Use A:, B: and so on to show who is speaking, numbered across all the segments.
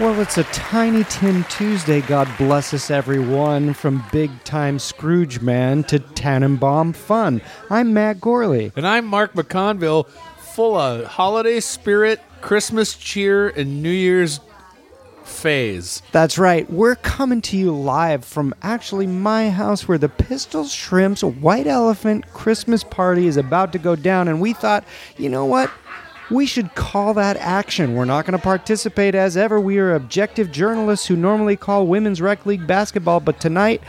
A: Well, it's a Tiny Tin Tuesday. God bless us, everyone, from big time Scrooge Man to Tannenbaum Fun. I'm Matt Gorley.
B: And I'm Mark McConville, full of holiday spirit, Christmas cheer, and New Year's phase.
A: That's right, we're coming to you live from actually my house where the Pistol Shrimp's White Elephant Christmas party is about to go down. And we thought, you know what? We should call that action. We're not going to participate as ever. We are objective journalists who normally call women's rec league basketball, but tonight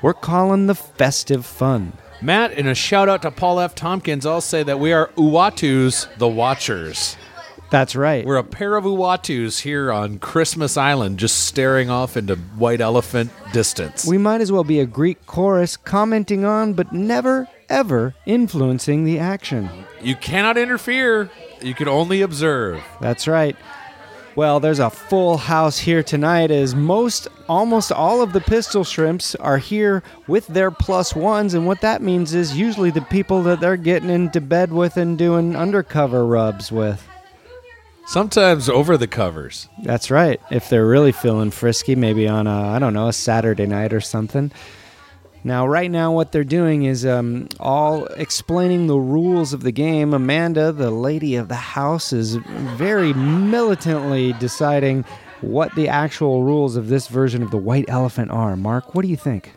A: we're calling the festive fun.
B: Matt, and a shout out to Paul F. Tompkins, I'll say that we are Uatu's the Watchers.
A: That's right.
B: We're a pair of Uatus here on Christmas Island, just staring off into white elephant distance.
A: We might as well be a Greek chorus commenting on, but never, ever influencing the action.
B: you cannot interfere, you can only observe.
A: That's right. Well, there's a full house here tonight as most, almost all of the pistol shrimps are here with their plus ones. And what that means is usually the people that they're getting into bed with and doing undercover rubs with.
B: Sometimes over the covers.
A: That's right. If they're really feeling frisky, maybe on a I don't know a Saturday night or something. Now, right now, what they're doing is um, all explaining the rules of the game. Amanda, the lady of the house, is very militantly deciding what the actual rules of this version of the White Elephant are. Mark, what do you think?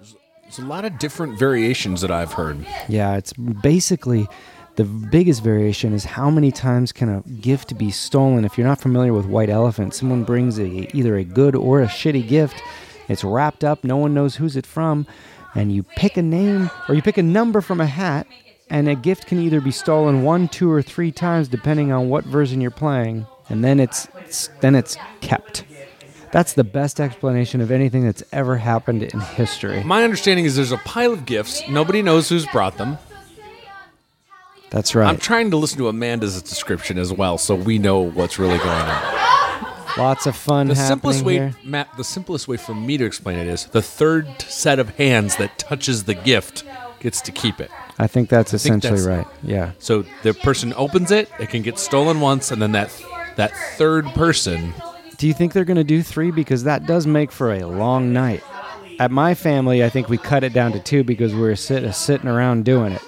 B: There's a lot of different variations that I've heard.
A: Yeah, it's basically the biggest variation is how many times can a gift be stolen. If you're not familiar with White Elephant, someone brings a, either a good or a shitty gift. It's wrapped up, no one knows who's it from, and you pick a name or you pick a number from a hat, and a gift can either be stolen one, two, or three times depending on what version you're playing, and then it's then it's kept. That's the best explanation of anything that's ever happened in history.
B: My understanding is there's a pile of gifts. Nobody knows who's brought them.
A: That's right.
B: I'm trying to listen to Amanda's description as well, so we know what's really going on.
A: Lots of fun.
B: The
A: happening
B: simplest way,
A: here.
B: Matt. The simplest way for me to explain it is the third set of hands that touches the gift gets to keep it.
A: I think that's
B: think
A: essentially
B: that's-
A: right. Yeah.
B: So the person opens it, it can get stolen once, and then that that third person.
A: Do you think they're going to do three? Because that does make for a long night. At my family, I think we cut it down to two because we were sit, uh, sitting around doing it.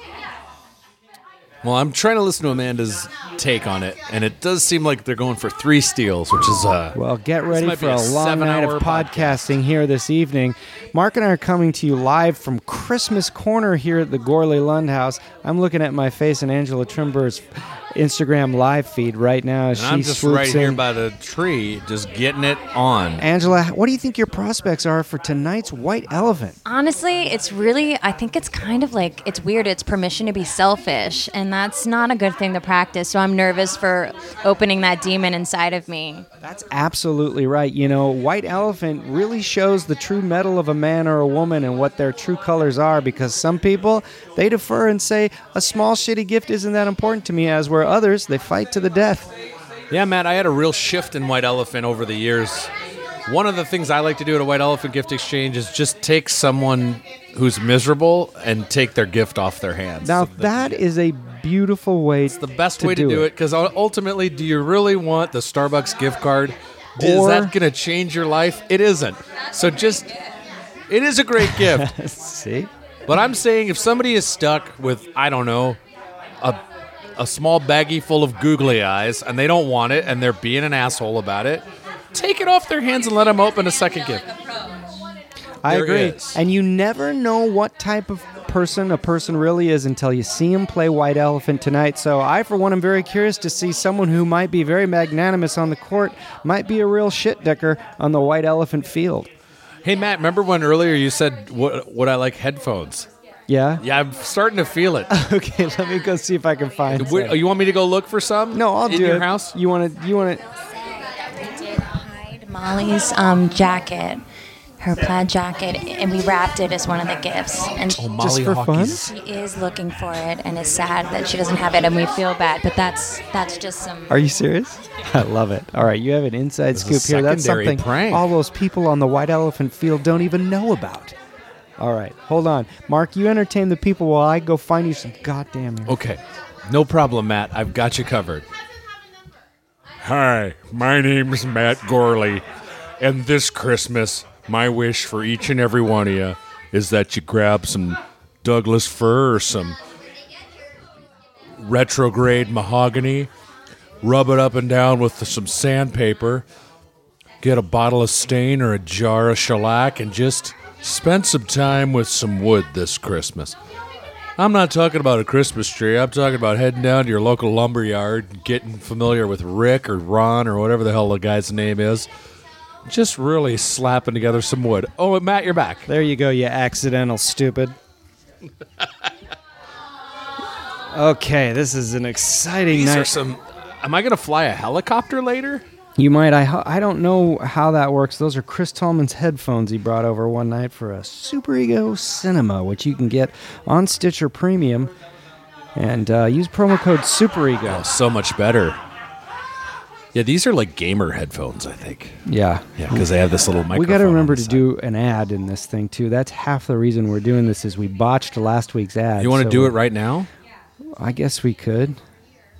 B: Well, I'm trying to listen to Amanda's take on it, and it does seem like they're going for three steals, which is uh,
A: Well, get
B: This
A: ready
B: might
A: for
B: be
A: a,
B: a
A: long night
B: seven-hour
A: of podcasting here this evening. Mark and I are coming to you live from Christmas Corner here at the Gorley Lund House. I'm looking at my face and Angela Trimber's Instagram live feed right now as
B: And
A: she
B: I'm just
A: swoops
B: right
A: in.
B: here by the tree, just getting it on.
A: Angela, what do you think your prospects are for tonight's White Elephant?
C: Honestly, it's really, I think it's kind of like, it's weird. It's permission to be selfish, and that's not a good thing to practice. So I'm nervous for opening that demon inside of me.
A: That's absolutely right. You know, White Elephant really shows the true metal of a man or a woman and what their true colors are because some people, they defer and say, a small shitty gift isn't that important to me, as where others, they fight to the death.
B: Yeah, Matt, I had a real shift in White Elephant over the years. One of the things I like to do at a White Elephant gift exchange is just take someone who's miserable and take their gift off their hands.
A: Now,
B: So
A: that is a beautiful way
B: that's the best way to do it because ultimately, do you really want the Starbucks gift card?
A: Or-
B: is that going to change your life? It isn't. So just, it is a great gift.
A: See?
B: But I'm saying if somebody is stuck with, I don't know, a, a small baggie full of googly eyes and they don't want it and they're being an asshole about it, take it off their hands and let them open a second gift.
A: I
B: There
A: agree.
B: is.
A: And you never know what type of person a person really is until you see him play White Elephant tonight. So I, for one, am very curious to see someone who might be very magnanimous on the court, might be a real shit decker on the White Elephant field.
B: Hey Matt, remember when earlier you said what would I like headphones?
A: Yeah?
B: Yeah, I'm starting to feel it.
A: Okay, let me go see if I can find
B: Wait,
A: some.
B: you want me to go look for some?
A: No, I'll
B: in
A: do
B: your
A: it.
B: house.
A: You want to? You want to?
C: Molly's um, jacket, her plaid jacket, and we wrapped it as one of the gifts. And
B: Oh,
A: Just for
B: Hockey's-
C: she is looking for it and is sad that she doesn't have it, and we feel bad. But that's that's just some.
A: Are you serious? I love it. All right, you have an inside
B: is a
A: scoop here. That's
B: secondary
A: something
B: prank.
A: all those people on the White Elephant Field don't even know about. All right, hold on, Mark. You entertain the people while I go find you some goddamn. earrings.
B: Okay, no problem, Matt. I've got you covered.
D: Hi, my name's Matt Gorley, and this Christmas, my wish for each and every one of you is that you grab some Douglas fir or some retrograde mahogany, rub it up and down with some sandpaper, get a bottle of stain or a jar of shellac, and just spend some time with some wood this Christmas. I'm not talking about a Christmas tree. I'm talking about heading down to your local lumber yard, and getting familiar with Rick or Ron or whatever the hell the guy's name is. Just really slapping together some wood. Oh, and Matt, you're back.
A: There you go, you accidental stupid. okay, this is an exciting
B: These
A: night.
B: are some. Am I gonna fly a helicopter later?
A: You might. I ho- I don't know how that works. Those are Chris Tallman's headphones he brought over one night for a Super Ego Cinema, which you can get on Stitcher Premium, and uh, use promo code Super Ego.
B: Oh, so much better. Yeah, these are like gamer headphones, I think.
A: Yeah.
B: Yeah, because they have this little microphone.
A: We got to
B: on
A: remember
B: the
A: to
B: side.
A: do an ad in this thing too. That's half the reason we're doing this is we botched last week's ad.
B: You want to
A: so
B: do it right now?
A: I guess we could.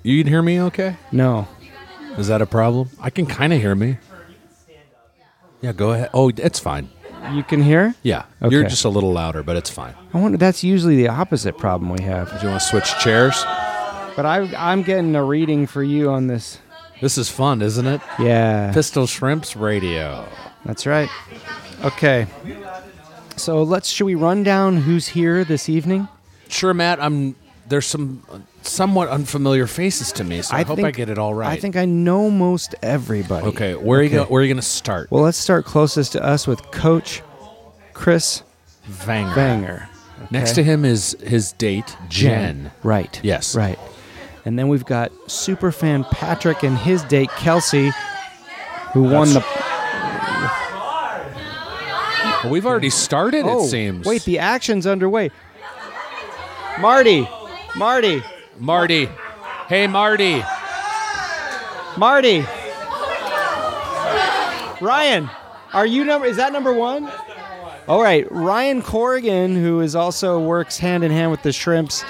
B: You can hear me okay?
A: No.
B: Is that a problem? I can kind of hear me. Yeah, go ahead. Oh, it's fine.
A: You can hear?
B: Yeah, you're
A: Okay.
B: just a little louder, but it's fine.
A: I wonder that's usually the opposite problem we have.
B: Do you want to switch chairs?
A: But I I'm getting a reading for you on this.
B: This is fun, isn't it?
A: Yeah.
B: Pistol Shrimps Radio.
A: That's right. Okay. So let's should we run down who's here this evening?
B: Sure, Matt. I'm there's some somewhat unfamiliar faces to me, so I, hope I get it all right.
A: I think I know most everybody.
B: Okay, where are you gonna, where are you going to start?
A: Well, let's start closest to us with Coach Chris
B: Vanger.
A: Banger.
B: Next
A: Okay.
B: to him is his date, Jen.
A: Right.
B: Yes.
A: Right. And then we've got superfan Patrick and his date Kelsey, who won the.
B: Well, We've already started.
A: oh,
B: it seems.
A: wait, the action's underway. Marty, Marty,
B: Marty. Hey, Marty.
A: Marty. Ryan, are you number? Is that number one? All right, Ryan Corrigan, who is also works hand in hand with the Shrimps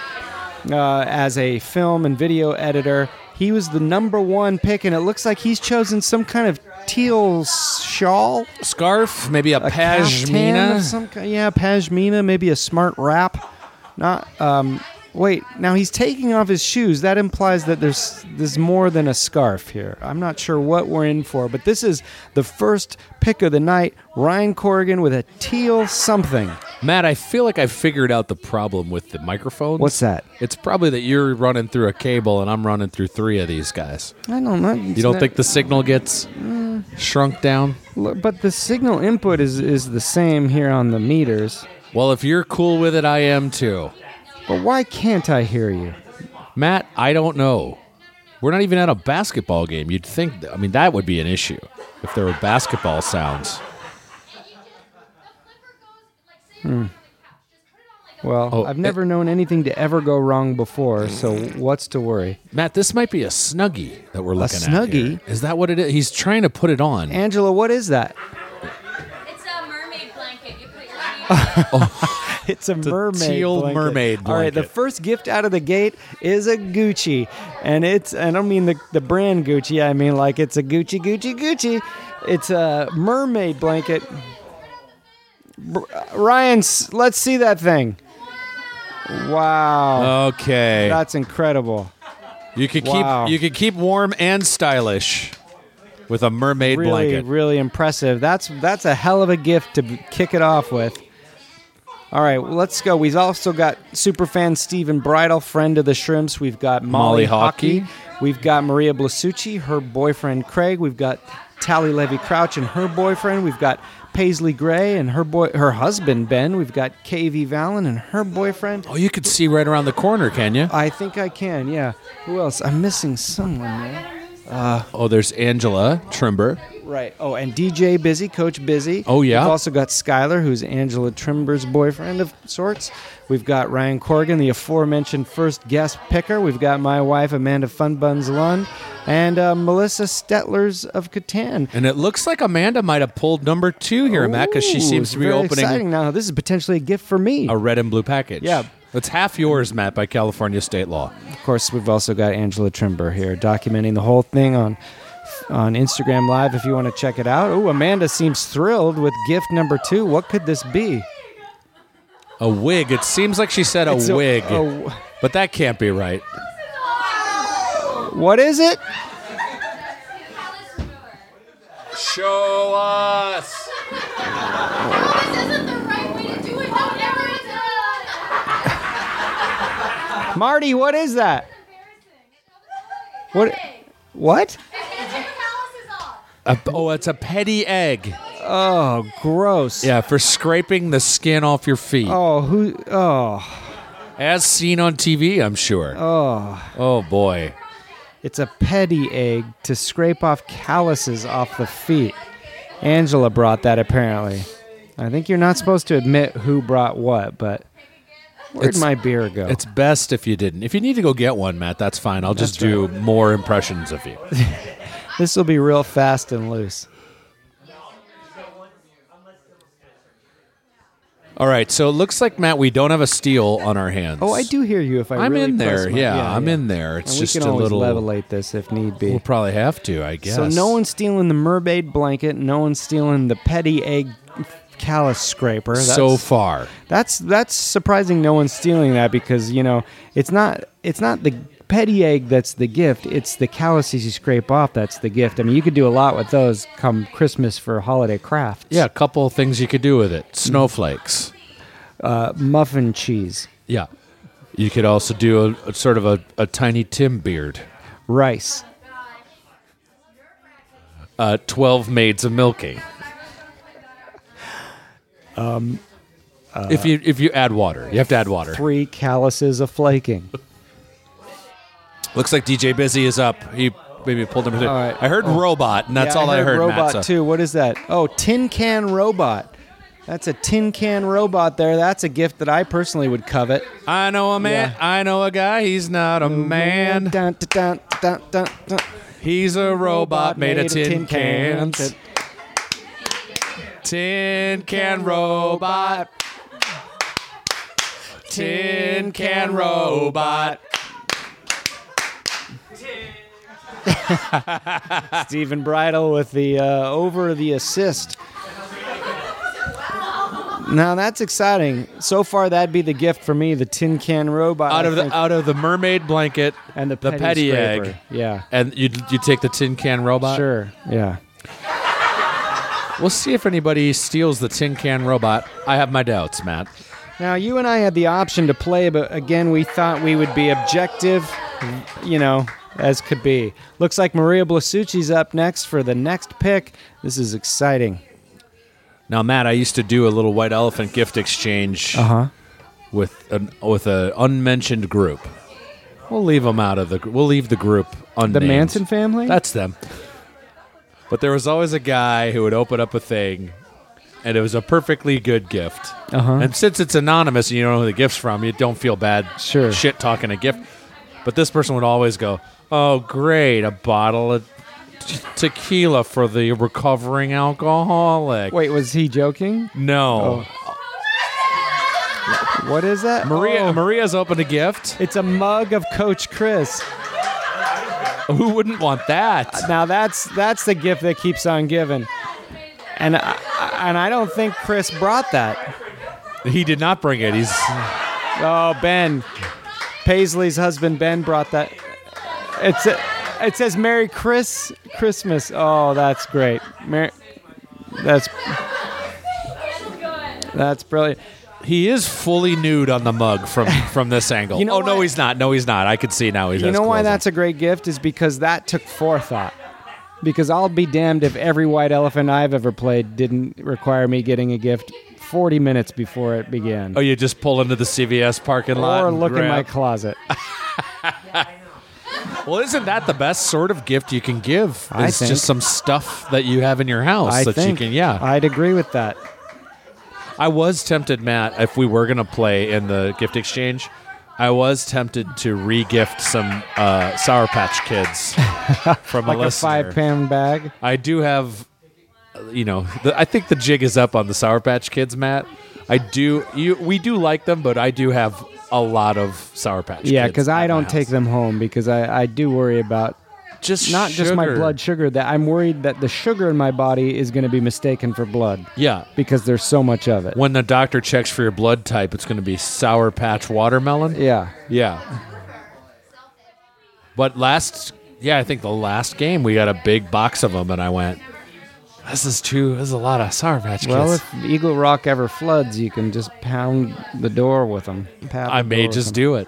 A: uh, as a film and video editor. He was the number one pick, and it looks like he's chosen some kind of teal shawl,
B: Scarf, maybe a,
A: a caftan
B: pashmina.
A: of some kind. Yeah, pashmina, maybe a smart wrap. Not. Um, wait, now he's taking off his shoes. That implies that there's there's more than a scarf here. I'm not sure what we're in for, but this is the first pick of the night. Ryan Corrigan with a teal something.
B: Matt, I feel like I figured out the problem with the microphone.
A: What's that?
B: It's probably that you're running through a cable and I'm running through three of these guys.
A: I don't know.
B: You don't think the signal gets shrunk down?
A: Look, But the signal input is is the same here on the meters.
B: Well, if you're cool with it, I am too.
A: But why can't I hear you?
B: Matt, I don't know. We're not even at a basketball game. You'd think, I mean, that would be an issue if there were basketball sounds.
A: Well,
B: Oh, Mm.
A: I've never known anything to ever go wrong before, so what's to worry?
B: Matt, this might be a snuggie that we're looking at. here.
A: Snuggie?
B: Is that what it is? He's trying to put it on.
A: Angela, what is that?
E: It's a mermaid blanket. You put your feet
A: It's a mermaid.
B: Oh. teal
A: blanket.
B: mermaid
A: All right, the
B: blanket.
A: first gift out of the gate is a Gucci, and it's I don't mean the the brand Gucci. I mean like it's a Gucci, Gucci, Gucci. It's a mermaid blanket. Br- Ryan, s- let's see that thing. Wow,
B: Okay.
A: that's incredible.
B: You could
A: Wow.
B: keep you could keep warm and stylish with a mermaid
A: Really,
B: blanket.
A: really impressive. That's that's a hell of a gift to b- kick it off with. All right, well, let's go. We've also got superfan Stephen Bridle, friend of the Shrimps. We've got
B: Molly
A: Molly, Hockey.
B: Hockey.
A: We've got Maria Blasucci, her boyfriend Craig. We've got Tally Levy Crouch and her boyfriend. We've got Paisley Gray and her boy, her husband Ben. We've got KV Valen and her boyfriend.
B: Oh, you could see right around the corner, can you?
A: I think I can. Yeah. Who else? I'm missing someone, man.
B: Oh, there's Angela Trimber.
A: Right. Oh, and DJ Busy, Coach Busy.
B: Oh, yeah?
A: We've also got Skylar, who's Angela Trimber's boyfriend of sorts. We've got Ryan Corgan, the aforementioned first guest picker. We've got my wife Amanda Funbuns Lund, and uh, Melissa Stetlers of Catan.
B: And it looks like Amanda might have pulled number two here, Matt, because she
A: Ooh,
B: seems
A: it's
B: to be
A: very
B: opening
A: Exciting now. This is potentially a gift for me.
B: a red and blue package.
A: Yeah.
B: It's half yours, Matt, by California state law.
A: Of course, we've also got Angela Trimber here documenting the whole thing on on Instagram Live if you want to check it out. Oh, Amanda seems thrilled with gift number two. What could this be?
B: A wig. It seems like she said a
A: It's a-
B: wig.
A: a-
B: but that can't be right.
A: What is it?
B: Show us.
F: This isn't the right way to do it. No, it never is.
A: Marty, what is that?
F: Embarrassing.
A: What? What?
F: It's taking calluses off.
B: oh, it's a petty egg.
A: Oh, gross.
B: Yeah, for scraping the skin off your feet.
A: Oh, who? Oh,
B: As seen on TV, I'm sure. Oh. Oh, boy.
A: it's a petty egg to scrape off calluses off the feet. Angela brought that apparently. I think you're not supposed to admit who brought what, but where'd
B: It's-
A: my beer go?
B: It's best if you didn't. If you need to go get one, Matt, that's fine. I'll just do more impressions of you.
A: This will be real fast and loose.
B: All right, so it looks like Matt, we don't have a steal on our hands.
A: Oh, I do hear you. If I
B: I'm
A: really
B: in
A: press
B: there.
A: my-
B: Yeah, I'm in there. It's
A: and
B: just
A: we can
B: a
A: always
B: little-
A: levelate this if need be.
B: We'll probably have to, I guess.
A: So no one's stealing the mermaid blanket. No one's stealing the petty egg callus scraper. That's,
B: so far.
A: that's that's surprising. No one's stealing that because you know it's not it's not the petty egg that's the gift. It's the calluses you scrape off that's the gift. I mean, you could do a lot with those come Christmas for holiday crafts.
B: Yeah, a couple of things you could do with it. Snowflakes.
A: muffin cheese,
B: Yeah. You could also do a, a sort of a, a tiny Tim beard.
A: rice.
B: Uh, 12 maids of milking. Um, if you if you add water, you have to add water.
A: Three calluses a flaking.
B: Looks like DJ Busy is up. He maybe pulled him. in.
A: All right.
B: I heard robot, and that's
A: Yeah,
B: all Oh. I heard.
A: robot
B: Matt, so-
A: too. What is that? Oh, tin can robot. That's a tin can robot there. That's a gift that I personally would covet.
B: I know a man. I know a guy. He's not a man.
A: Dun, dun, dun, dun, dun.
B: He's a robot made of tin
A: cans.
B: cans. Tin can robot. Tin can robot.
A: Stephen Bridle with the uh, over the assist. Now that's exciting. So far, that'd be the gift for me: the tin can robot
B: Out
A: I
B: of the
A: think,
B: out of the mermaid blanket
A: and the,
B: the petty
A: scraper.
B: egg.
A: Yeah,
B: And you you take the tin can robot.
A: sure. Yeah.
B: We'll see if anybody steals the tin can robot. I have my doubts, Matt.
A: Now, you and I had the option to play, but again, we thought we would be objective, you know, as could be. Looks like Maria Blasucci's up next for the next pick. This is exciting.
B: Now, Matt, I used to do a little white elephant gift exchange
A: Uh huh.
B: with an with an unmentioned group. We'll leave them out of the. gr- We'll leave the group unnamed.
A: The Manson family?
B: That's them. But there was always a guy who would open up a thing, and it was a perfectly good gift.
A: Uh-huh.
B: And since it's anonymous and you don't know who the gift's from, you don't feel bad.
A: Sure.
B: Shit talking a gift. But this person would always go, "Oh, great, a bottle of." t- Tequila for the recovering alcoholic.
A: Wait, Oh. was he joking?
B: No,
A: What is that?
B: Maria.
A: Oh,
B: Maria's opened a gift.
A: It's a mug of Coach Chris.
B: Who wouldn't want that?
A: Now that's that's the gift that keeps on giving. And I, and I don't think Chris brought that.
B: He did not bring it. He's
A: Oh, Ben. Paisley's husband Ben brought that. It's it says Merry Chris Christmas. Oh, that's great. Mer- that's that's brilliant.
B: he is fully nude on the mug from from this angle.
A: You know
B: oh no,
A: what?
B: he's not. No, he's not. I could see now. He's
A: You know why that's a great gift is because that took forethought. because I'll be damned if every white elephant I've ever played didn't require me getting a gift 40 minutes before it began
B: Oh, you just pull into the CVS parking lot
A: or
B: and
A: look in my
B: grab-
A: closet.
B: Well, isn't that the best sort of gift you can give?
A: I
B: it's
A: think.
B: just some stuff that you have in your house
A: I
B: that
A: think
B: you can. Yeah,
A: I'd agree with that.
B: I, was tempted, Matt, if we were gonna play in the gift exchange. I was tempted to re-gift some uh, Sour Patch Kids from
A: Like
B: a
A: a
B: listener.
A: five pound bag.
B: I do have, uh, you know, the, I think the jig is up on the Sour Patch Kids, Matt. I do. You, we do like them, but I do have a lot of Sour Patch.
A: Yeah,
B: Kids
A: because
B: at my
A: I don't take
B: house.
A: them home because I, I do worry about
B: Just
A: not just my
B: sugar.
A: blood sugar that I'm worried that the sugar in my body is going to be mistaken for blood
B: Yeah,
A: because there's so much of it.
B: when the doctor checks for your blood type, it's going to be sour patch watermelon.
A: Yeah.
B: Yeah. But last, yeah, I think the last game we got a big box of them, and I went, "This is too. This is a lot of sour patch kids."
A: Well, if Eagle Rock ever floods, you can just pound the door with them.
B: I may just do it.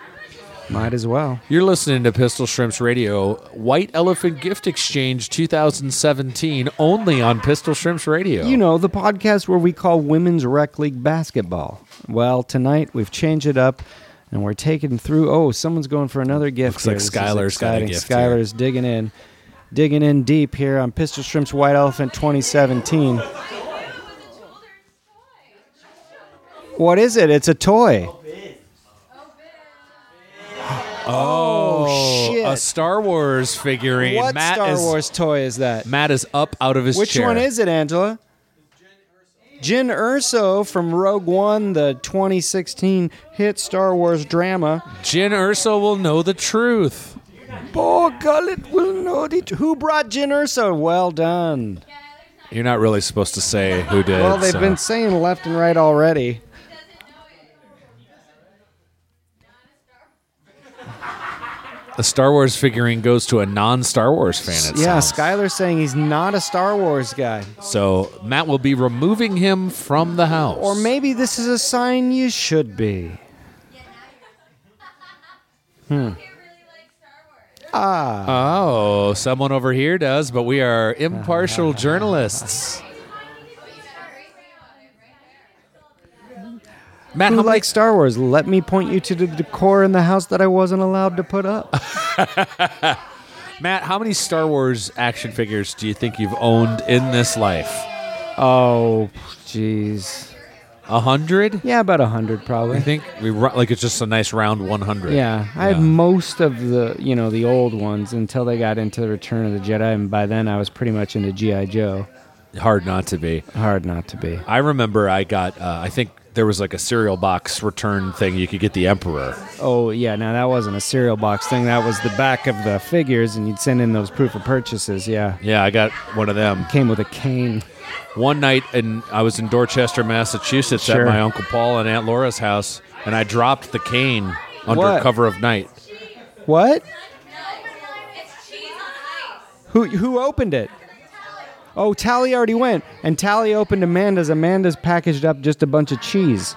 A: Might as well.
B: You're listening to Pistol Shrimps Radio, White Elephant Gift Exchange 2017, only on Pistol Shrimps Radio.
A: You know, the podcast where we call women's rec league basketball. Well, tonight we've changed it up and we're taking through. Oh, someone's going for another
B: Looks
A: gift.
B: like
A: This is
B: Skylar's got a
A: exciting.
B: gift here.
A: Skylar's digging in, digging in deep here on Pistol Shrimp's White Elephant 2017. What is it? It's a toy. Oh, shit.
B: a Star Wars figurine.
A: what
B: Matt
A: Star
B: is,
A: Wars toy is that?
B: Matt is up out of his
A: Which
B: chair.
A: one is it, Angela? Jin Urso from Rogue One, the 2016 hit Star Wars drama.
B: Jin Urso will know the truth.
A: Bo Gullet will know the tr- Who brought Jin Urso? Well done.
B: You're not really supposed to say who did.
A: Well, they've
B: so-
A: been saying left and right already.
B: a Star Wars figurine goes to a non-Star Wars fan. It
A: yeah,
B: sounds.
A: Skylar's saying he's not a Star Wars guy.
B: So Matt will be removing him from the house.
A: Or maybe this is a sign you should be.
B: oh, someone over here does, but we are impartial journalists. Matt,
A: Who
B: how many,
A: likes Star Wars? Let me point you to the decor in the house that I wasn't allowed to put up.
B: Matt, how many Star Wars action figures do you think you've owned in this life?
A: oh, jeez.
B: A hundred?
A: Yeah, about a 100
B: I
A: probably.
B: think we ru- like it's just a nice round one hundred.
A: Yeah, I had most of the you know the old ones until they got into the Return of the Jedi, and by then I was pretty much into GI Joe.
B: hard not to be.
A: Hard not to be.
B: I remember I got. Uh, I think there was like a cereal box return thing. You could get the Emperor.
A: Oh yeah, now that wasn't a cereal box thing. That was the back of the figures, and you'd send in those proof of purchases. Yeah,
B: Yeah, I got one of them
A: came with a cane.
B: one night, and I was in Dorchester, Massachusetts,
A: Sure.
B: at my uncle Paul and Aunt Laura's house, and I dropped the cane under
A: What?
B: cover of night.
A: What?
F: It's cheese on ice.
A: Who who opened it? Oh, Tally already went, and Tally opened Amanda's. Amanda's packaged up just a bunch of cheese.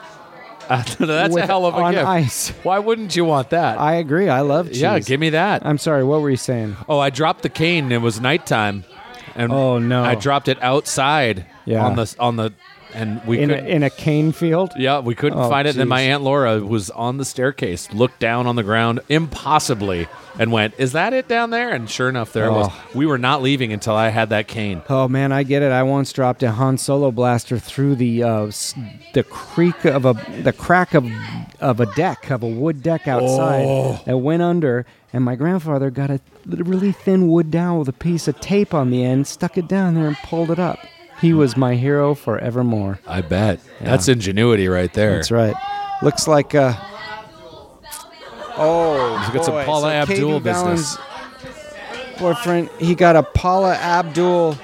B: that's
A: With-
B: a hell of a
A: on
B: gift.
A: ice.
B: Why wouldn't you want that?
A: I agree. I love cheese.
B: yeah, give me that.
A: I'm sorry. What were you saying?
B: oh, I dropped the cane. and It was nighttime, and
A: Oh, no.
B: I dropped it outside
A: Yeah.
B: on the on the and we
A: In a,
B: couldn't.
A: in a cane field.
B: yeah, we couldn't
A: Oh,
B: find it. And then my
A: geez.
B: aunt Laura was on the staircase, looked down on the ground impossibly, and went, "Is that it down there?" And sure enough, there it was.
A: Oh.
B: We were not leaving until I had that cane.
A: Oh man, I get it. I once dropped a Han Solo blaster through the uh, s- the creak of a the crack of of a deck of a wood deck outside
B: Oh.
A: that went under, and my grandfather got a really thin wood dowel with a piece of tape on the end, stuck it down there, and pulled it up. He was my hero forevermore.
B: I bet. That's ingenuity right there.
A: That's right. Looks like uh oh,
B: He's got some
A: boy.
B: Paula
A: Katie
B: Abdul
A: Valens'
B: business.
A: boyfriend. He got a Paula Abdul.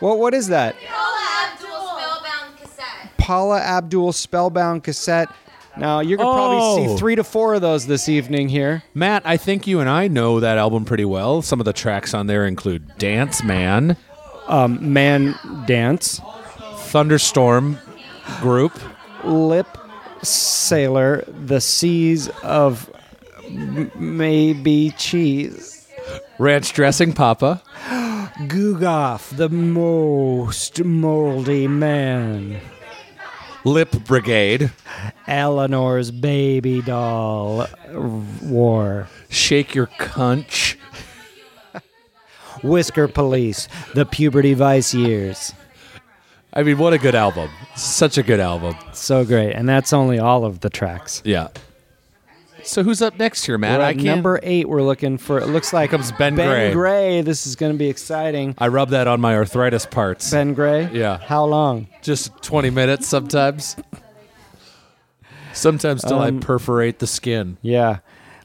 A: What what is that?
F: Paula Abdul Spellbound Cassette.
A: Paula Abdul Spellbound cassette. Now you're gonna probably
B: Oh.
A: see three to four of those this evening here.
B: Matt, I think you and I know that album pretty well. Some of the tracks on there include Dance Man,
A: Man dance,
B: Thunderstorm Group,
A: lip sailor, the seas of m- maybe cheese.
B: Ranch Dressing Papa,
A: Googoff, the most moldy man.
G: Lip Brigade.
A: Eleanor's baby doll uh, war.
B: Shake your cunch.
A: Whisker police, the puberty vice years.
B: I mean, what a good album. Such a good album.
A: So great. And that's only all of the tracks.
B: Yeah. So who's up next here, man?
A: We're
B: I
A: at
B: can't.
A: number eight, we're looking for. It looks like
B: comes Ben Gray.
A: Ben Gray. This is going to be exciting.
B: I rub that on my arthritis parts.
A: Ben Gray.
B: Yeah.
A: How long?
B: Just 20 minutes sometimes. Sometimes till
A: Um,
B: I perforate the skin.
A: Yeah.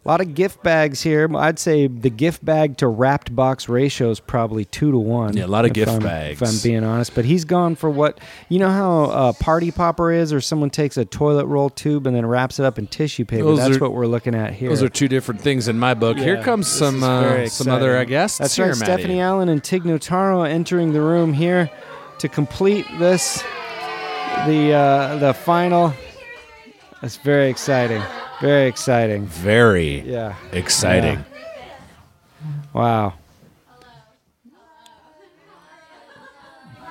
A: A lot of gift bags here. I'd say the gift bag to wrapped box ratio is probably two to one.
B: Yeah, a lot of
A: if
B: gift
A: I'm-
B: bags.
A: If I'm being honest, but he's gone for what you know how a party popper is, or someone takes a toilet roll tube and then wraps it up in tissue paper.
B: Those
A: That's
B: are-
A: what we're looking at here.
B: Those are two different things in my book. Here
A: Yeah,
B: comes
A: this
B: some
A: is
B: uh,
A: very
B: some other I
A: exciting.
B: guess.
A: That's
B: here,
A: right.
B: Matty.
A: Stephanie Allen and Tig Notaro entering the room here to complete this the uh, the final. That's very exciting. Very exciting.
B: Very
A: Yeah.
B: exciting.
A: Wow.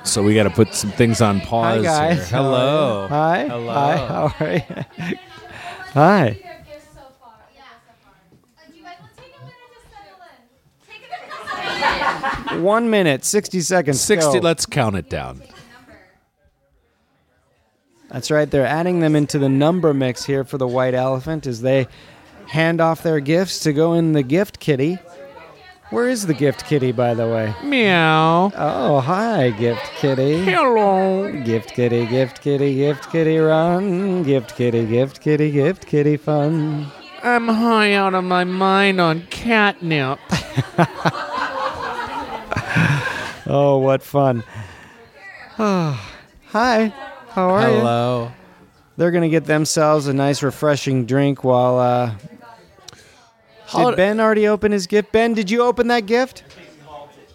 B: So we got to put some things on
A: Hi
B: pause.
A: guys.
B: here. Hello.
A: Hi.
B: Hello.
A: Hi. How are you? Hi.
F: Uh,
A: One minute, sixty seconds.
B: Sixty.
A: go.
B: Let's count it down.
A: That's right. They're adding them into the number mix here for the white elephant as they hand off their gifts to go in the gift kitty. Where is the gift kitty, by the way?
B: Meow.
A: Oh, hi, gift kitty.
B: Hello.
A: Gift kitty, gift kitty, gift kitty run. Gift kitty, gift kitty, gift kitty fun.
B: I'm high out of my mind on catnip.
A: Oh, what fun. Oh, hi. How are you?
B: Hello.
A: They're going to get themselves a nice, refreshing drink while. Uh, did Ben already open his gift? Ben, did you open that gift?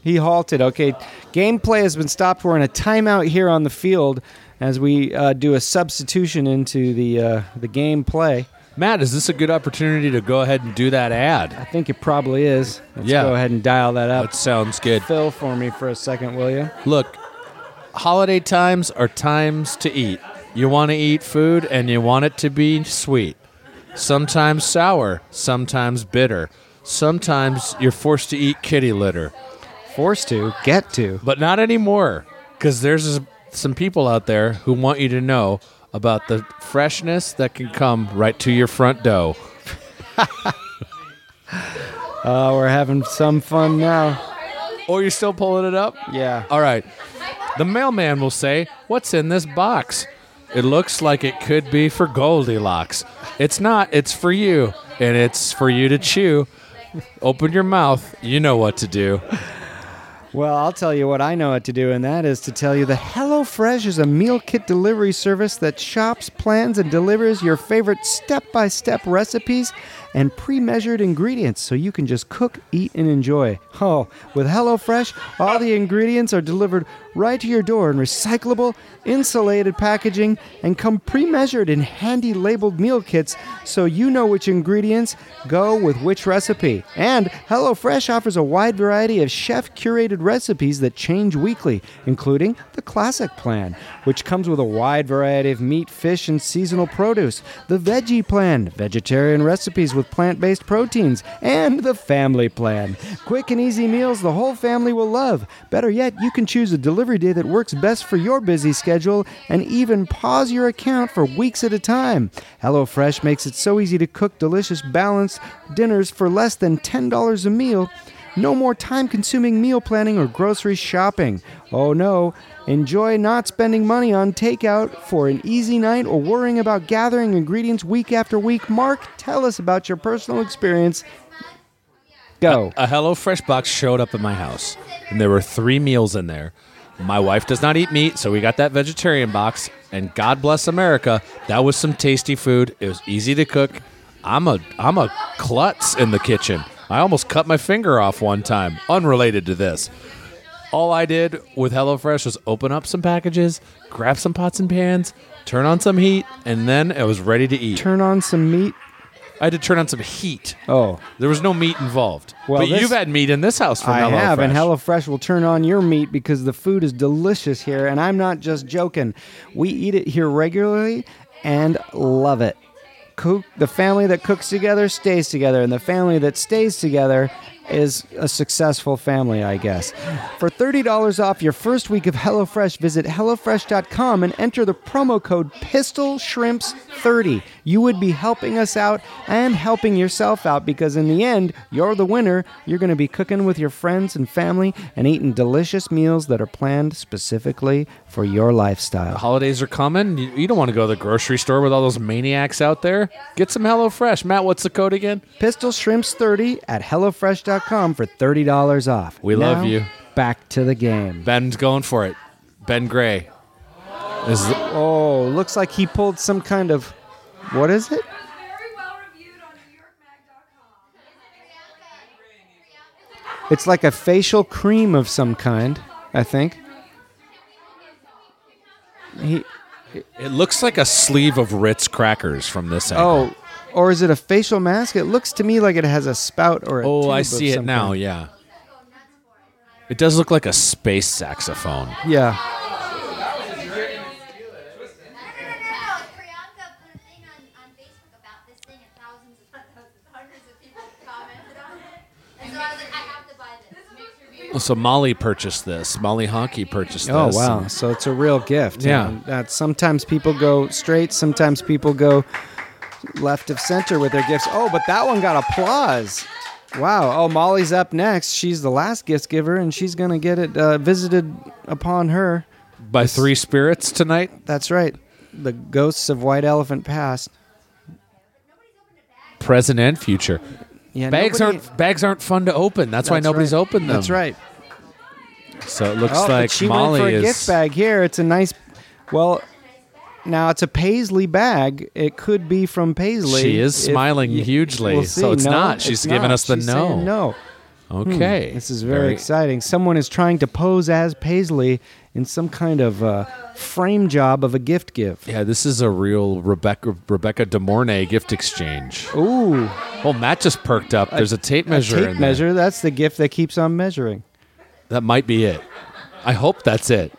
A: He halted. Okay. Gameplay has been stopped. We're in a timeout here on the field as we uh, do a substitution into the uh, the gameplay.
B: Matt, is this a good opportunity to go ahead and do that
A: I
B: ad?
A: think it probably is. Let's
B: Yeah.
A: go ahead and dial that up.
B: That sounds good.
A: Fill for me for a second, will you?
B: Look, holiday times are times to eat. You want to eat food and you want it to be sweet. Sometimes sour, sometimes bitter. Sometimes you're forced to eat kitty litter,
A: Forced to. Get to.
B: but not anymore because there's some people out there who want you to know about the freshness that can come right to your front door.
A: Uh, we're having some fun now.
B: Or you're Oh, still pulling it up?
A: Yeah.
B: All right. The mailman will say, What's in this box? It looks like it could be for Goldilocks. It's not, it's for you. And it's for you to chew. Open your mouth. You know what to do.
A: Well, I'll tell you what I know what to do, and that is to tell you that HelloFresh is a meal kit delivery service that shops, plans, and delivers your favorite step by step recipes and pre measured ingredients so you can just cook, eat, and enjoy. Oh, with HelloFresh, all the ingredients are delivered right to your door in recyclable, insulated packaging and come pre measured in handy labeled meal kits so you know which ingredients go with which recipe. And HelloFresh offers a wide variety of chef curated recipes that change weekly, including the classic plan, which comes with a wide variety of meat, fish, and seasonal produce, the veggie plan, vegetarian recipes with plant based proteins, and the family plan. Quick and easy meals the whole family will love. Better yet, you can choose a delivery day that works best for your busy schedule and even pause your account for weeks at a time. HelloFresh makes it so easy to cook delicious, balanced dinners for less than $10 a meal. No more time consuming meal planning or grocery shopping. Oh no, enjoy not spending money on takeout for an easy night or worrying about gathering ingredients week after week. Mark, tell us about your personal experience. Go.
B: A HelloFresh box showed up at my house, and there were three meals in there. My wife does not eat meat, so we got that vegetarian box. And God bless America, that was some tasty food. It was easy to cook. I'm a I'm a klutz in the kitchen. I almost cut my finger off one time, unrelated to this. All I did with HelloFresh was open up some packages, grab some pots and pans, turn on some heat, and then I was ready to eat.
A: Turn on some meat.
B: I had to turn on some heat.
A: Oh,
B: There was no meat involved.
A: Well,
B: but
A: this-
B: you've had meat in this house from
A: I
B: HelloFresh.
A: have, and HelloFresh will turn on your meat because the food is delicious here, and I'm not just joking. We eat it here regularly and love it. Cook the family that cooks together stays together, and the family that stays together is a successful family, I guess. For $30 off your first week of HelloFresh, visit HelloFresh.com and enter the promo code PistolShrimps30. You would be helping us out and helping yourself out because, in the end, you're the winner. You're going to be cooking with your friends and family and eating delicious meals that are planned specifically for your lifestyle.
B: Holidays are coming. You, you don't want to go to the grocery store with all those maniacs out there. Get some HelloFresh. Matt, what's the code again?
A: Pistol Shrimps 30 at HelloFresh.com for $30 off.
B: We love
A: Now,
B: you.
A: Back to the game.
B: Ben's going for it. Ben Gray. This is
A: Oh, looks like he pulled some kind of. What is it?
F: Very well reviewed on NewYorkMag.com.
A: It's like a facial cream of some kind, I think. He,
B: it looks like a sleeve of Ritz crackers from this angle.
A: oh, or is it a facial mask? It looks to me like it has a spout or a
B: Oh, I
A: tube of
B: see it
A: some
B: now.
A: kind.
B: Yeah. It does look like a space saxophone.
A: Yeah.
F: No, no, no. Priyanka put a thing on, on Facebook about this thing, and thousands of thousands, hundreds of people commented on it. And so I was like, I have to buy this. Make sure you-
B: So Molly purchased this. Molly Honky purchased
A: Oh,
B: this.
A: wow. So it's a real gift.
B: Yeah.
A: And that sometimes people go straight, sometimes people go left of center with their gifts. Oh, but that one got applause. Wow. Oh, Molly's up next. She's the last gift giver, and she's going to get it uh, visited upon her.
B: By three spirits tonight.
A: That's right. The ghosts of White Elephant Pass.
B: present and future.
A: Yeah,
B: bags
A: nobody-
B: aren't bags aren't fun to open. That's, why
A: That's
B: nobody's
A: right.
B: opened them.
A: That's right.
B: So it looks
A: Oh, but
B: like
A: she
B: Molly
A: went for a
B: is
A: gift bag here. It's a nice. Well, now it's a Paisley bag. It could be from Paisley.
B: She is
A: If-
B: smiling
A: y-
B: hugely.
A: we'll
B: So
A: see.
B: it's
A: No,
B: not.
A: it's
B: She's giving
A: not.
B: us the
A: She's
B: no. Hmm.
A: saying no.
B: okay.
A: Hmm. This is very, exciting. Someone is trying to pose as Paisley in some kind of uh, frame job of a gift give.
B: Yeah, this is a real Rebecca Rebecca De Mornay gift exchange.
A: Ooh,
B: Oh, Matt just perked up. There's a tape measure.
A: a
B: in
A: tape
B: there.
A: measure. That's the gift that keeps on measuring.
B: That might be it. I hope that's it.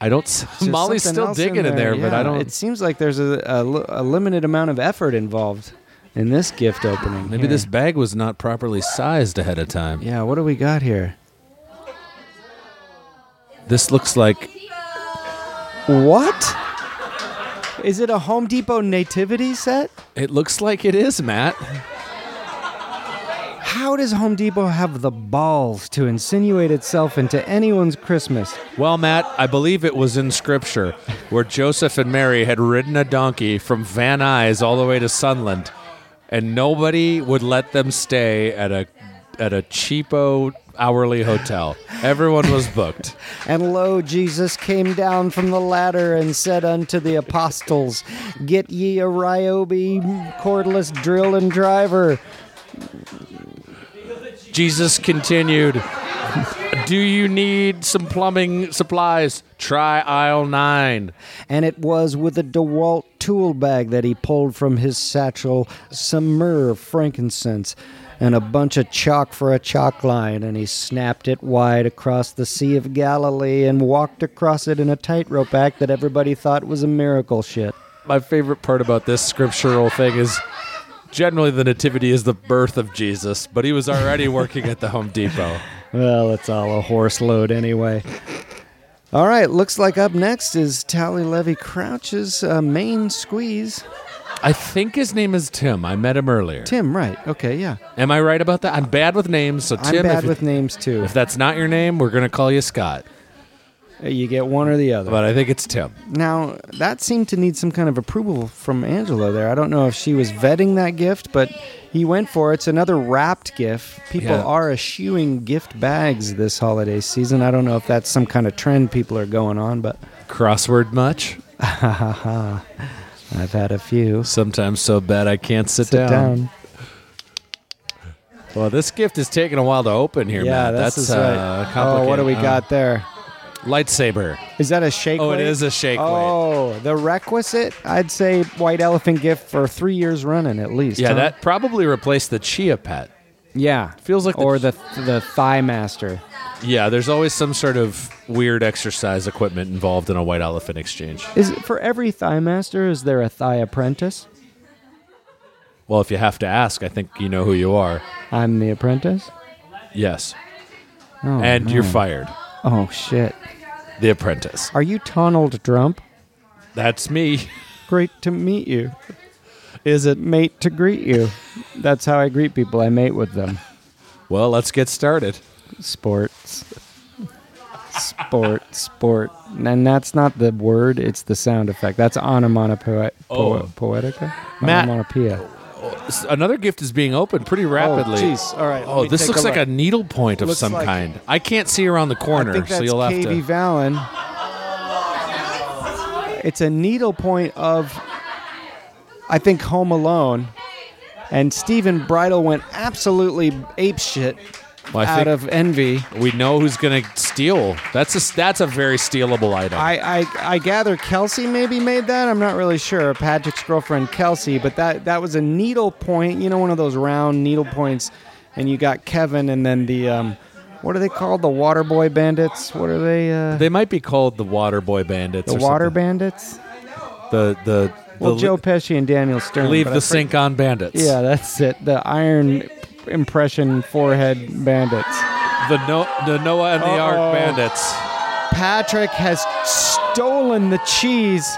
B: I don't. s-
A: There's
B: Molly's
A: something
B: still
A: else in
B: digging in there, but
A: yeah.
B: I don't.
A: It seems like there's a, a li- a limited amount of effort involved in this gift opening.
B: maybe
A: here.
B: this bag was not properly sized ahead of time.
A: Yeah, what do we got here?
B: This looks like
A: What? Is it a Home Depot nativity set?
B: It looks like it is, Matt.
A: How does Home Depot have the balls to insinuate itself into anyone's Christmas?
B: Well, Matt, I believe it was in scripture where Joseph and Mary had ridden a donkey from Van Nuys all the way to Sunland, and nobody would let them stay at a at a cheapo hourly hotel. Everyone was booked.
A: And lo, Jesus came down from the ladder and said unto the apostles, Get ye a Ryobi cordless drill and driver.
B: Jesus continued, "Do you need some plumbing supplies? Try aisle 9."
A: and it was with a DeWalt tool bag that he pulled from his satchel some myrrh, frankincense, and a bunch of chalk for a chalk line, and he snapped it wide across the Sea of Galilee and walked across it in a tightrope act that everybody thought was a miracle shit.
B: my favorite part about this scriptural thing is generally the nativity is the birth of Jesus, but he was already working at the Home Depot.
A: Well, it's all a horse load anyway. All right, looks like up next is Tally Levy Crouch's uh, main squeeze.
B: I think his name is Tim. I met him earlier.
A: Tim, right? Okay, yeah.
B: Am I right about that? I'm bad with names, so Tim,
A: I'm bad
B: if,
A: with names too.
B: if that's not your name, we're gonna call you Scott.
A: You get one or the other.
B: But I think it's Tim.
A: Now, that seemed to need some kind of approval from Angela there. I don't know if she was vetting that gift, but he went for it. It's another wrapped gift. People
B: Yeah.
A: are eschewing gift bags this holiday season. I don't know if that's some kind of trend people are going on, but
B: Crossword much?
A: I've had a few.
B: Sometimes so bad I can't sit,
A: Sit down.
B: Well, this gift is taking a while to open here, Matt.
A: Yeah, this
B: That's
A: is right.
B: uh,
A: oh,
B: complicated.
A: what do we
B: Uh,
A: got there?
B: Lightsaber.
A: Is that a shake?
B: Oh, it
A: weight?
B: is a shake weight.
A: Oh, the requisite. I'd say white elephant gift for three years running at least.
B: Yeah,
A: huh?
B: that probably replaced the Chia Pet.
A: Yeah,
B: Feels like the-
A: or the the thigh master.
B: Yeah, there's always some sort of weird exercise equipment involved in a white elephant exchange.
A: Is it for every thigh master? Is there a thigh apprentice?
B: Well, if you have to ask, I think you know who you are.
A: I'm the apprentice.
B: Yes.
A: Oh,
B: and you're
A: man.
B: fired.
A: Oh shit!
B: The apprentice.
A: Are you Donald Trump?
B: That's me.
A: Great to meet you. Is it mate to greet you? That's how I greet people. I mate with them.
B: Well, let's get started.
A: Sports. Sport, sport. And that's not the word, it's the sound effect. That's onomatopoeia.
B: Oh.
A: Poetica?
B: Matt-
A: Onomatopoeia.
B: S- Another gift is being opened pretty rapidly.
A: Oh, jeez. All right, let
H: Oh,
A: me
H: this
A: take
H: looks
A: a
H: like a
A: look.
H: needle point of
A: Looks
H: some
A: like-
H: kind. I can't see around the corner,
A: I think that's
H: so you'll have to.
A: Katie Valen. It's a needle point of, I think, Home Alone. And Stephen Bridle went absolutely apeshit
H: Well, I
A: out
H: think
A: of envy.
H: we know who's going to steal. That's a s- that's a very stealable item.
A: I, I I gather Kelsey maybe made that. I'm not really sure. Patrick's girlfriend Kelsey, but that that was a needle point. You know, one of those round needle points, and you got Kevin, and then the um, what are they called? The Water Boy Bandits. What are they? Uh,
B: They might be called the Water Boy Bandits.
A: the
B: or
A: Water
B: something.
A: Bandits.
B: The the, the
A: Well,
B: li-
A: Joe Pesci and Daniel Stern.
B: leave
A: but
B: the
A: I forget-
B: sink on Bandits.
A: Yeah, that's it. The Iron Impression Forehead Bandits.
B: The no the Noah and the
A: Uh-oh.
B: Ark Bandits.
A: Patrick has stolen the cheese.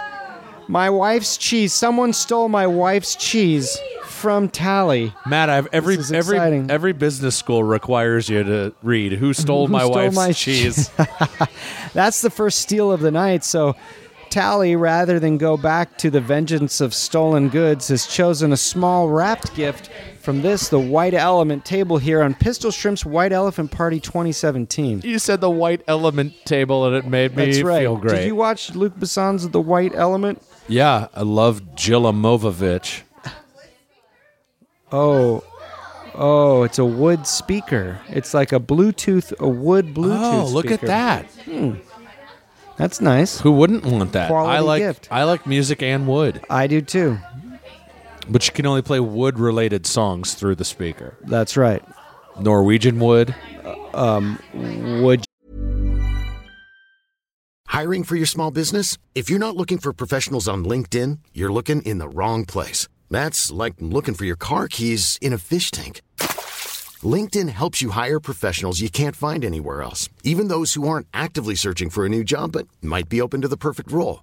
A: My wife's cheese. Someone stole my wife's cheese from Tally.
B: Matt, I've every
A: This is
B: every
A: exciting.
B: every business school requires you to read who stole
A: Who
B: my
A: stole
B: wife's
A: my
B: cheese.
A: That's the first steal of the night. So Tally, rather than go back to the vengeance of stolen goods, has chosen a small wrapped gift from this, the White Element table here on Pistol Shrimp's White Elephant Party 2017.
B: you said the white element table, and it made me
A: That's right.
B: feel great.
A: Did you watch Luke Besson's The White Element?
B: yeah, I love Jillamovovich.
A: Oh, oh, it's a wood speaker. It's like a Bluetooth, a wood Bluetooth.
B: Oh, look at
A: speaker.
B: that!
A: That's nice.
B: Who wouldn't want that? I
A: Quality
B: like
A: gift.
B: I like music and wood,
A: I do too.
B: but you can only play wood-related songs through the speaker.
A: That's right.
B: Norwegian wood.
A: Wood.
I: Hiring for your small business? If you're not looking for professionals on LinkedIn, you're looking in the wrong place. That's like looking for your car keys in a fish tank. LinkedIn helps you hire professionals you can't find anywhere else, even those who aren't actively searching for a new job but might be open to the perfect role.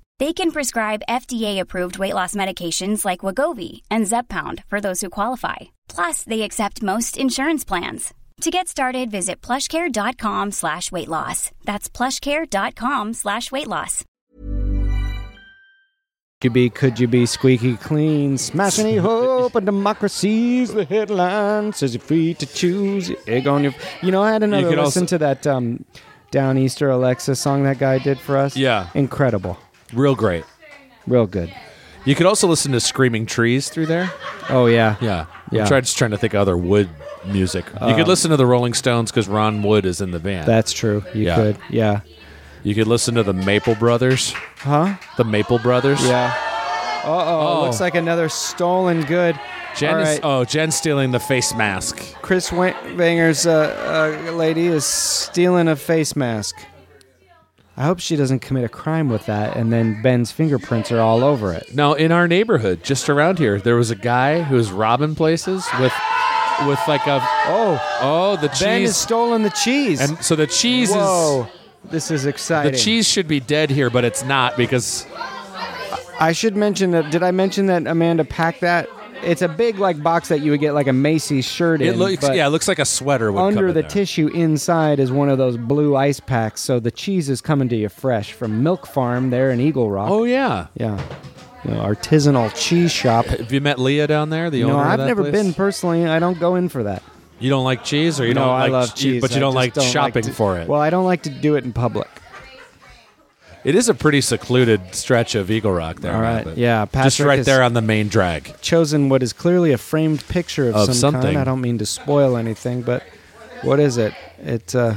J: They can prescribe FDA-approved weight loss medications like Wagovi and Zepbound for those who qualify. Plus, they accept most insurance plans. To get started, visit plushcare.com slash weight loss. That's plushcare.com slash weight loss.
A: Could you be, could you be squeaky clean? Smash any hope and democracy's the headline. Says you're free to choose. your Egg on your. You know, I had another
B: could
A: listen
B: also-
A: to that um, Down Easter Alexa song that guy did for us.
B: Yeah.
A: Incredible.
B: Real great.
A: Real good.
B: You could also listen to Screaming Trees through there.
A: Oh, yeah.
B: Yeah.
A: Yeah. Um,
B: I'm try, just trying to think of other wood music. you could listen to the Rolling Stones because Ron Wood is in the band.
A: That's true. You
B: Yeah.
A: could. Yeah.
B: you could listen to the Maple Brothers.
A: Huh?
B: The Maple Brothers.
A: Yeah. Uh oh. Looks like another stolen good.
B: Jen
A: All
B: is,
A: right.
B: oh, Jen's stealing the face mask.
A: Chris Wen- Wanger's uh, uh, lady is stealing a face mask. I hope she doesn't commit a crime with that, and then Ben's fingerprints are all over it.
B: Now, in our neighborhood, just around here, there was a guy who was robbing places with with like a
A: Oh,
B: oh the
A: Ben has
B: cheese
A: stolen the cheese.
B: and so the cheese
A: Whoa,
B: is
A: this is
B: the
A: exciting.
B: cheese should be dead here, but it's not because
A: I should mention that. Did I mention that Amanda packed that it's a big like box that you would get like a Macy's shirt
B: It
A: in.
B: looks
A: but
B: yeah, it looks like a sweater would come
A: under
B: in
A: the
B: there.
A: tissue inside is one of those blue ice packs, so the cheese is coming to you fresh from Milk Farm there in Eagle Rock.
B: Oh yeah.
A: Yeah, you know, artisanal cheese shop.
B: Have you met Leah down there? The
A: no,
B: owner. of
A: I've
B: that
A: never
B: place?
A: been personally. I don't go in for that.
B: You don't like cheese, or you
A: no,
B: don't
A: I
B: like
A: love
B: che-
A: cheese,
B: but you
A: I
B: don't
A: just
B: like
A: like
B: shopping
A: to-
B: for it.
A: Well, I don't like to do it in public.
B: it is a pretty secluded stretch of Eagle Rock there.
A: All
B: man,
A: right,
B: but
A: yeah,
B: just
A: Patrick
B: right
A: is-
B: there on the main drag.
A: Chosen what is clearly a framed picture of,
B: Of
A: some
B: something.
A: kind. I don't mean to spoil anything, but what is it? It. Uh,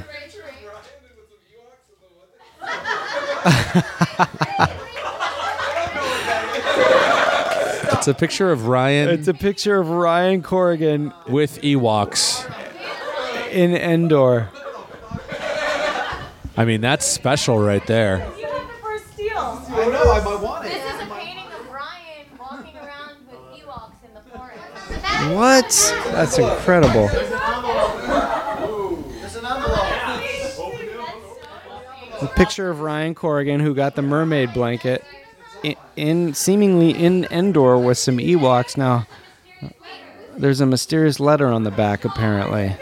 B: It's a picture of Ryan
A: it's a picture of Ryan Corrigan
B: with Ewoks.
A: in Endor.
B: I mean, that's special right there.
F: You have the first steal. I know, I might want it. This is a painting of Ryan walking around with Ewoks in the forest.
A: What? That's incredible. A picture of Ryan Corrigan who got the mermaid blanket in, in seemingly in Endor with some Ewoks. Now, there's a mysterious letter on the back apparently.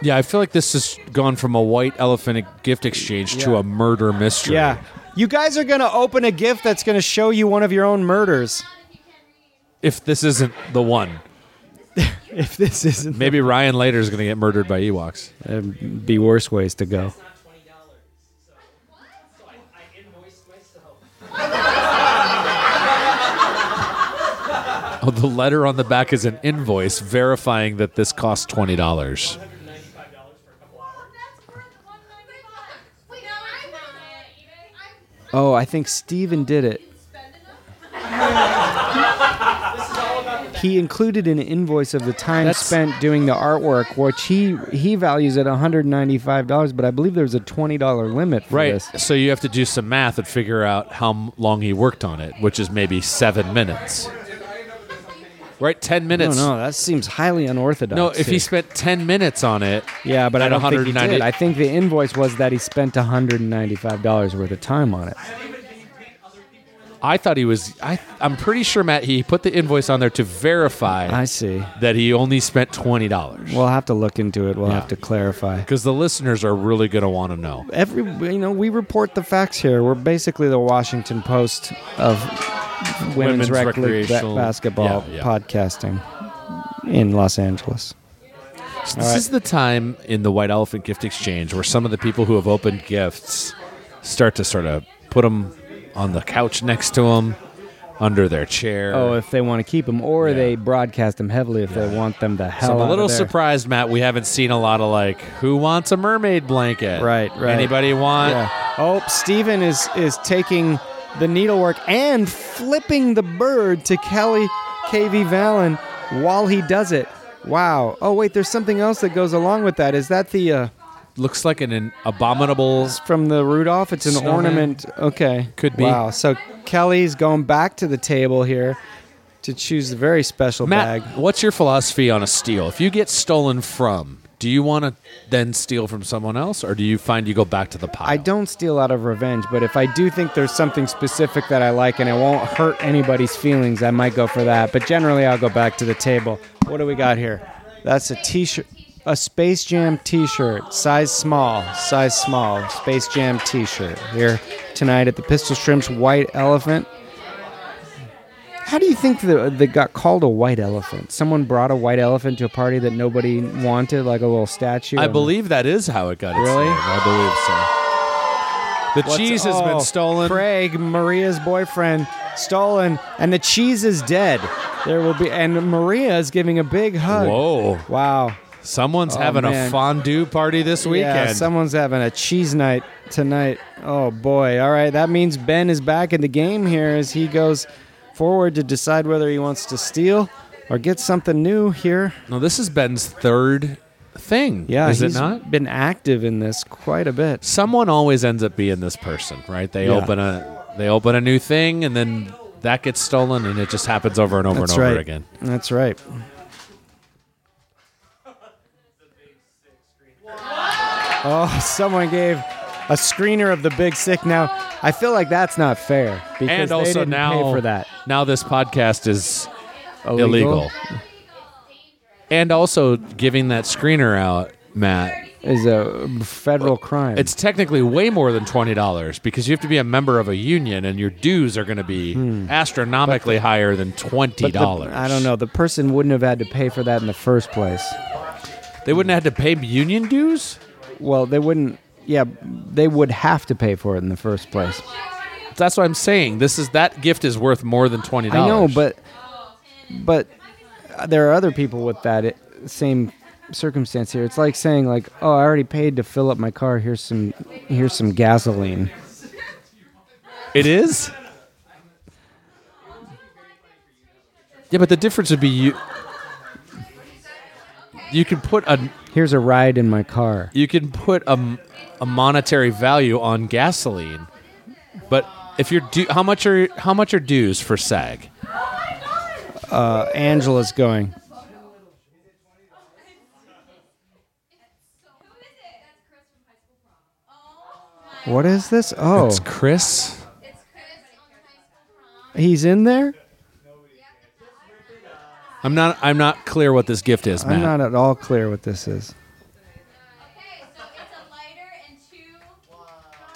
B: Yeah, I feel like this has gone from a white elephant gift exchange to
A: Yeah.
B: a murder mystery.
A: Yeah. You guys are going to open a gift that's going to show you one of your own murders.
B: If this isn't the one,
A: If this isn't
B: maybe Ryan later is going to get murdered by Ewoks.
A: There'd be worse ways to go.
B: Oh, the letter on the back is an invoice verifying that this costs twenty dollars.
A: Oh, I think Steven did it. He included an invoice of the time
B: That's-
A: spent doing the artwork, which he he values at $195, but I believe there's a $20 limit for
B: Right.
A: this.
B: So you have to do some math and figure out how m- long he worked on it, which is maybe seven minutes. Right, ten
A: No,
B: minutes.
A: no, that seems highly unorthodox.
B: No, if
A: here.
B: he spent ten minutes on it,
A: yeah, but I
B: at
A: don't think he
B: 190
A: did. I think the invoice was that he spent $195 worth of time on it.
B: I thought he was. I, I'm pretty sure Matt. He put the invoice on there to verify
A: I see.
B: that he only spent twenty dollars.
A: We'll have to look into it. We'll
B: Yeah.
A: have to clarify.
B: because the listeners are really going to want to know.
A: every you know we report the facts here. We're basically the Washington Post of
B: Women's
A: women's, rec league ba-
B: recreational-
A: basketball
B: yeah, yeah.
A: podcasting in Los Angeles.
B: So this is the time in the White Elephant Gift Exchange where some of the people who have opened gifts start to sort of put them on the couch next to them, under their chair.
A: Oh, if they want to keep them, or they broadcast them heavily if they want them to hell.
B: so I'm
A: out
B: a
A: of
B: little
A: there.
B: surprised, Matt. We haven't seen a lot of like, who wants a mermaid blanket?
A: Right, right.
B: Anybody want?
A: Yeah. Oh, Steven is is taking the needlework and flipping the bird to Kelly KV Valen while he does it. Wow. Oh wait, there's something else that goes along with that. Is that the uh,
B: Looks like an, an abominable.
A: It's from the Rudolph. It's an
B: Snowman.
A: ornament. Okay.
B: Could be.
A: Wow. So Kelly's going back to the table here to choose the very special
B: Matt,
A: bag.
B: what's your philosophy on a steal? If you get stolen from, do you want to then steal from someone else, or do you find you go back to the pile?
A: I don't steal out of revenge, but if I do think there's something specific that I like and it won't hurt anybody's feelings, I might go for that. But generally, I'll go back to the table. What do we got here? That's a t-shirt, a Space Jam t-shirt, size small, size small, Space Jam t-shirt here tonight at the Pistol Shrimp's White Elephant. How do you think the they got called a white elephant? Someone brought a white elephant to a party that nobody wanted, like a little statue.
B: I
A: and-
B: believe that is how it got its
A: Really?
B: name. I believe so. The
A: What's-
B: cheese has
A: oh,
B: been stolen.
A: Craig, Maria's boyfriend, stolen, and the cheese is dead. There will be, and Maria is giving a big hug.
B: Whoa.
A: Wow.
B: Someone's having a
A: Oh, man.
B: fondue party this weekend.
A: Yeah, someone's having a cheese night tonight. Oh boy! All right, that means Ben is back in the game here as he goes forward to decide whether he wants to steal or get something new here.
B: no, this is Ben's third thing.
A: Yeah,
B: is it
A: he's
B: not?
A: been active in this quite a bit.
B: Someone always ends up being this person, right? They
A: Yeah.
B: open a they open a new thing, and then that gets stolen, and it just happens over and over
A: That's
B: and over
A: right.
B: again.
A: That's right. Oh, someone gave a screener of the big sick. Now, I feel like that's not fair because
B: and
A: they
B: also
A: didn't
B: now
A: pay for that.
B: Now this podcast is illegal. And also giving that screener out, Matt.
A: Is a federal crime.
B: It's technically way more than twenty dollars because you have to be a member of a union, and your dues are going to be astronomically higher than twenty
A: Hmm. But the-
B: dollars.
A: I don't know. The person wouldn't have had to pay for that in the first place.
B: They wouldn't have had to pay union dues.
A: Well, they wouldn't. Yeah, they would have to pay for it in the first place.
B: That's what I'm saying. This is that gift is worth more than twenty
A: I
B: dollars.
A: know, but but uh, there are other people with that i- same circumstance here. It's like saying like, "Oh, I already paid to fill up my car. Here's some here's some gasoline."
B: it is. Yeah, but the difference would be you. You can put a
A: Here's a ride in my car.
B: you can put a, a monetary value on gasoline, but if you're du- how much are how much are dues for SAG?
A: Uh, Angela's going. What is this? Oh,
B: It's Chris.
A: he's in there.
B: I'm not I'm not clear what this gift is, Matt.
A: I'm not at all clear what this is.
K: Okay, so it's a lighter and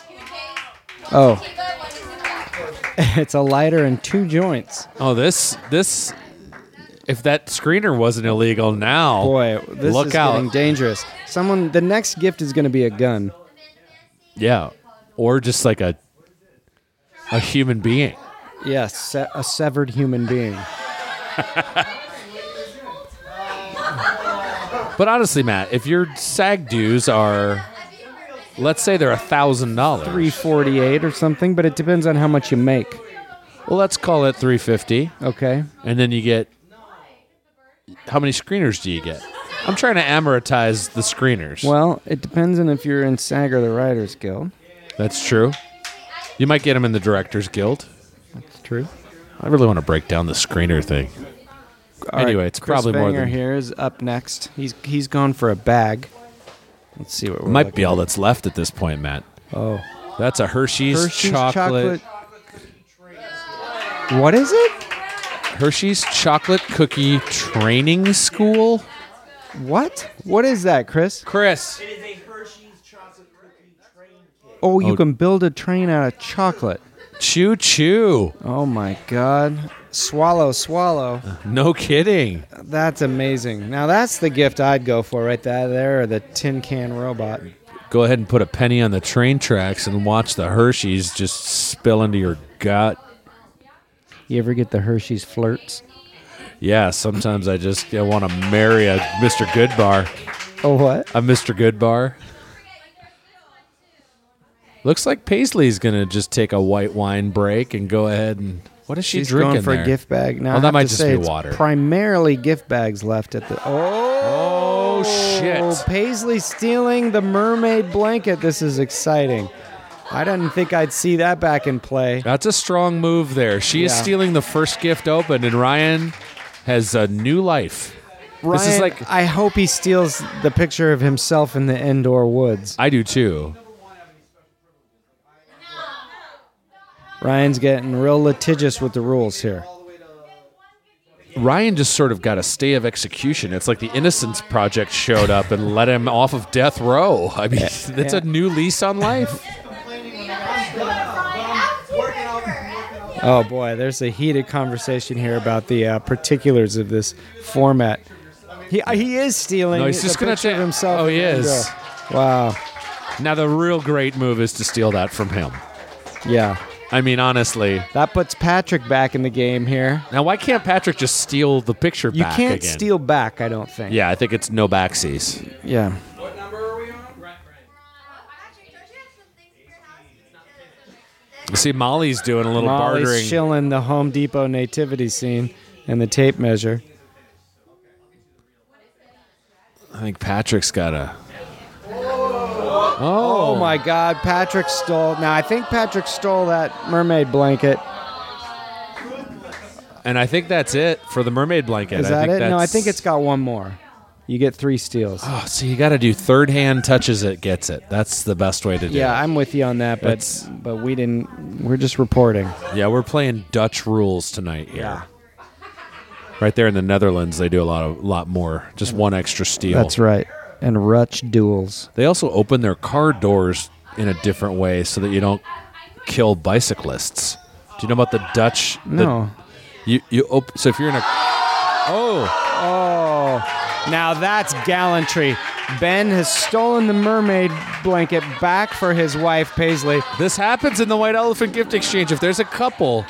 K: two, two days.
A: Oh,
K: Tiba, one is in black.
A: it's a lighter and two joints.
B: oh, this this if that screener wasn't illegal now,
A: Boy, this
B: Oh, look
A: is
B: out.
A: getting dangerous. Someone, the next gift is going to be a gun.
B: Yeah, or just like a a human being.
A: Yes, se- a severed human being.
B: But honestly, Matt, if your SAG dues are, let's say they're a thousand dollars,
A: 348 or something, but it depends on how much you make.
B: well, let's call it three fifty.
A: Okay.
B: and then you get how many screeners do you get? I'm trying to amortize the screeners.
A: Well, it depends on if you're in SAG or the Writers Guild.
B: That's true. You might get them in the Directors Guild.
A: That's true.
B: I really want to break down the screener thing. anyway, it's
A: Chris
B: probably more
A: Banger
B: than
A: here is up next. He's he's gone for a bag. Let's see what we're
B: might
A: looking
B: be all that's left at this point, Matt.
A: Oh,
B: That's a Hershey's,
A: Hershey's
B: chocolate,
A: chocolate. What is it?
B: Hershey's chocolate cookie training school.
A: What? What is that, Chris?
B: Chris,
A: Oh, you can build a train out of chocolate.
B: choo choo.
A: Oh my God! Swallow, swallow.
B: No kidding.
A: That's amazing. Now that's the gift I'd go for right there. There, or the tin can robot.
B: Go ahead and put a penny on the train tracks and watch the Hershey's just spill into your gut.
A: You ever get the Hershey's flirts?
B: Yeah, sometimes I just I want to marry a Mr. Goodbar.
A: Oh, what?
B: A Mr. Goodbar. Looks like Paisley's gonna just take a white wine break and go ahead and what is she
A: She's
B: drinking
A: going for
B: there?
A: a gift bag. Now
B: Well,
A: I
B: that
A: have
B: might
A: to
B: just
A: say
B: be
A: it's
B: water.
A: Primarily gift bags left at the. Oh,
B: Oh, shit.
A: Paisley stealing the mermaid blanket. This is exciting. I didn't think I'd see that back in play.
B: That's a strong move there. She is
A: Yeah.
B: stealing the first gift open, and Ryan has a new life.
A: Ryan,
B: this is like
A: I hope he steals the picture of himself in the indoor woods.
B: I do too.
A: Ryan's getting real litigious with the rules here.
B: Ryan just sort of got a stay of execution. It's like the Innocence Project showed up and let him off of death row. I mean, that's a new lease on life.
A: Oh boy, there's a heated conversation here about the uh, particulars of this format. He uh, he is stealing.
B: No, he's
A: the
B: just gonna
A: picture of
B: ta-
A: himself.
B: Oh, he
A: in the
B: is.
A: window. Wow.
B: Now, the real great move is to steal that from him.
A: Yeah,
B: I mean, honestly.
A: that puts Patrick back in the game here.
B: Now, why can't Patrick just steal the picture
A: You
B: back
A: can't
B: again?
A: steal back, I don't think.
B: Yeah, I think it's no backsies.
A: Yeah.
K: Patrick, don't you have some things in your house? you should-
B: See, Molly's doing a little
A: Molly's
B: bartering.
A: shilling the Home Depot nativity scene and the tape measure.
B: I think Patrick's got a.
A: Oh my God, Patrick stole. Now I think Patrick stole that mermaid blanket.
B: And I think that's it for the mermaid blanket.
A: Is
B: I
A: that
B: think
A: it? No, I
B: that's-
A: think it's got one more. You get three steals.
B: Oh, so you got to do third hand touches it, gets it. That's the best way to do
A: Yeah,
B: it.
A: I'm with you on that, but
B: That's-
A: but we didn't. We're just reporting.
B: Yeah, we're playing Dutch rules tonight here. Right there in the Netherlands, they do a lot of lot more. Just one extra steel.
A: That's right. And Rutch duels.
B: They also open their car doors in a different way so that you don't kill bicyclists. Do you know about the Dutch? the-
A: No.
B: you you op- so if you're in a oh
A: Oh, now that's gallantry. Ben has stolen the mermaid blanket back for his wife Paisley.
B: this happens in the White Elephant Gift Exchange. If there's a couple,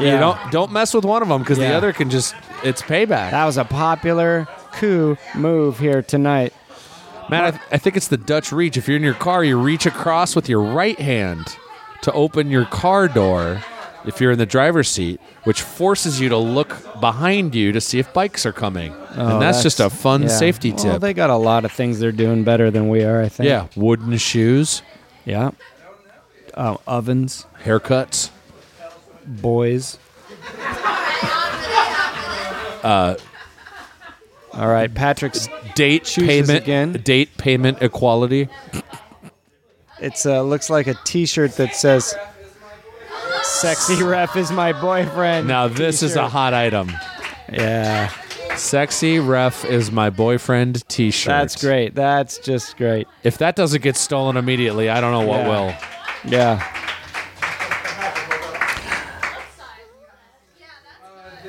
B: you
A: Yeah.
B: don't don't mess with one of them because the
A: Yeah.
B: other can just it's payback.
A: That was a popular coup move here tonight.
B: Man, I, I think it's the Dutch reach. If you're in your car, you reach across with your right hand to open your car door if you're in the driver's seat, which forces you to look behind you to see if bikes are coming.
A: Oh,
B: and that's, just a fun
A: yeah.
B: safety
A: Well,
B: tip.
A: they got a lot of things they're doing better than we are, I think.
B: yeah, wooden shoes,
A: Yeah. Oh, ovens,
B: haircuts.
A: boys. uh, All right, Patrick's.
B: Date
A: Chooses
B: payment
A: again.
B: Date payment equality.
A: It's uh, looks like a T-shirt that says "Sexy Ref is my boyfriend."
B: Now this is a
A: T-shirt.
B: hot item.
A: Yeah,
B: Sexy ref is my boyfriend T-shirt.
A: that's great. That's just great.
B: If that doesn't get stolen immediately, I don't know what
A: Yeah.
B: will.
A: Yeah.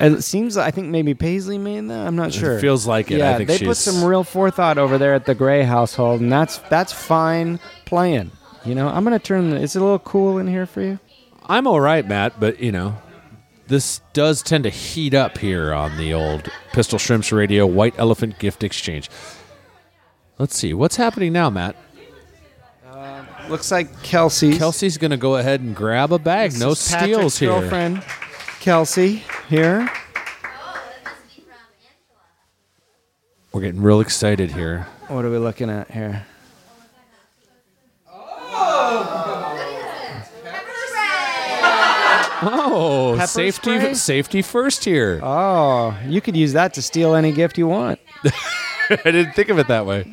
A: It seems. I think maybe Paisley made that. I'm not sure.
B: feels like it. I
A: Yeah,
B: think
A: they put
B: she's-
A: some real forethought over there at the Gray household, and that's that's fine playing. You know, I'm gonna turn. The, is it a little cool in here for you?
B: I'm all right, Matt, but you know, this does tend to heat up here on the old Pistol Shrimps Radio White Elephant Gift Exchange. Let's see what's happening now, Matt.
A: Looks like Kelsey's.
B: Kelsey's going to go ahead and grab a bag.
A: This
B: no
A: is Patrick's
B: steals here.
A: Girlfriend, Kelsey here.
B: We're getting real excited here.
A: What are we looking at here?
B: Oh,
A: Pepper
B: safety,
A: spray?
B: safety first here.
A: Oh, you could use that to steal any gift you want.
B: I didn't think of it that way.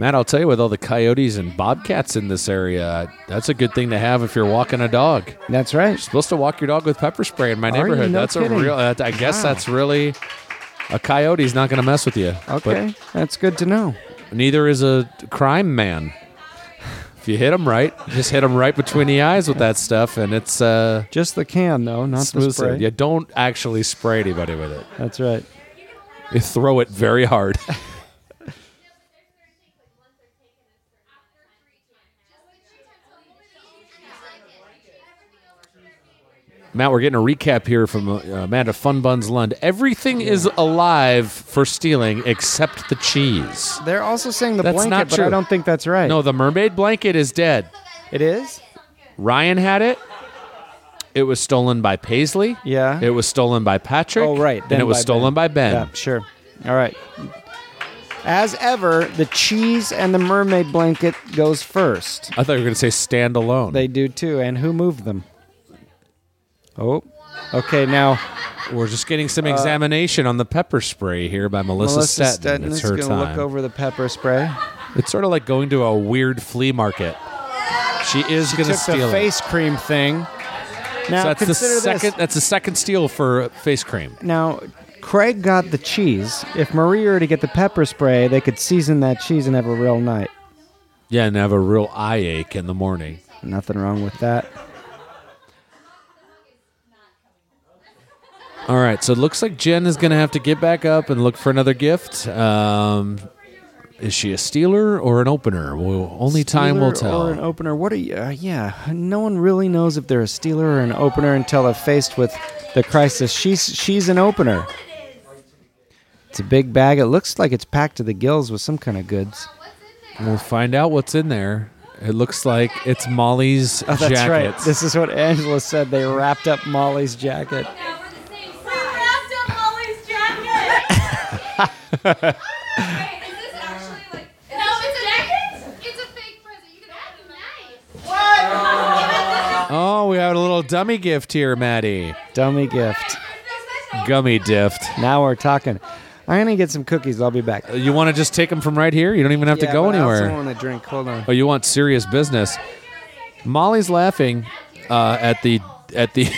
B: Matt, I'll tell you, with all the coyotes and bobcats in this area, that's a good thing to have if you're walking a dog.
A: That's right.
B: supposed to walk your dog with pepper spray in my
A: you?
B: neighborhood.
A: No
B: that's a
A: kidding.
B: real. That, I guess that's really a coyote's not going to mess with you.
A: Okay, that's good to know.
B: But neither is a crime man. If you hit him right, just hit him right between the eyes with that stuff, and it's uh,
A: Just the can, though, not the
B: smooth.
A: spray.
B: sailing. You don't actually spray anybody with it.
A: That's right.
B: You throw it very hard. Matt, we're getting a recap here from uh, Amanda Fun Buns Lund. Everything is alive for stealing except the cheese.
A: They're also saying the
B: That's
A: blanket,
B: not
A: but
B: true.
A: I don't think that's right.
B: No, the mermaid blanket is dead.
A: it is.
B: Ryan had it. It was stolen by Paisley.
A: Yeah.
B: It was stolen by Patrick.
A: Oh, right.
B: and
A: then
B: it was
A: by
B: stolen by Ben.
A: Yeah, sure. All right. As ever, the cheese and the mermaid blanket goes first.
B: I thought you were going to say stand alone.
A: They do too. And who moved them? Oh. Okay, now
B: We're just getting some examination on the pepper spray here by Melissa,
A: Uh, Melissa
B: Stetton.
A: Stetton
B: It's
A: is
B: her
A: going to
B: time.
A: look over the pepper spray.
B: It's sort of like going to a weird flea market. She is going to
A: Took
B: steal
A: the
B: it.
A: face cream thing. Now,
B: So that's the
A: consider
B: second.
A: this.
B: That's the second steal for face cream.
A: Now, Craig got the cheese. If Marie were to get the pepper spray, they could season that cheese and have a real night.
B: Yeah, and have a real eye ache in the morning.
A: Nothing wrong with that.
B: All right, so it looks like Jen is going to have to get back up and look for another gift. Um, is she a stealer or an opener? Well, only time will
A: Stealer
B: tell.
A: Or an opener. What are you? Uh, yeah, no one really knows if they're a stealer or an opener until they're faced with the crisis. She's she's an opener. It's a big bag. It looks like it's packed to the gills with some kind of goods.
B: We'll find out what's in there. It looks like it's Molly's
A: Oh, that's
B: jackets.
A: right. This is what Angela said. They wrapped up Molly's jacket.
B: oh, we have a little dummy gift here, Maddie.
A: Dummy gift.
B: Gummy gift.
A: Now we're talking. I'm gonna get some cookies. I'll be back.
B: You want to just take them from right here? You don't even have to go
A: I
B: anywhere.
A: also want a drink. Hold on.
B: oh, you want serious business? Molly's laughing uh, at the at the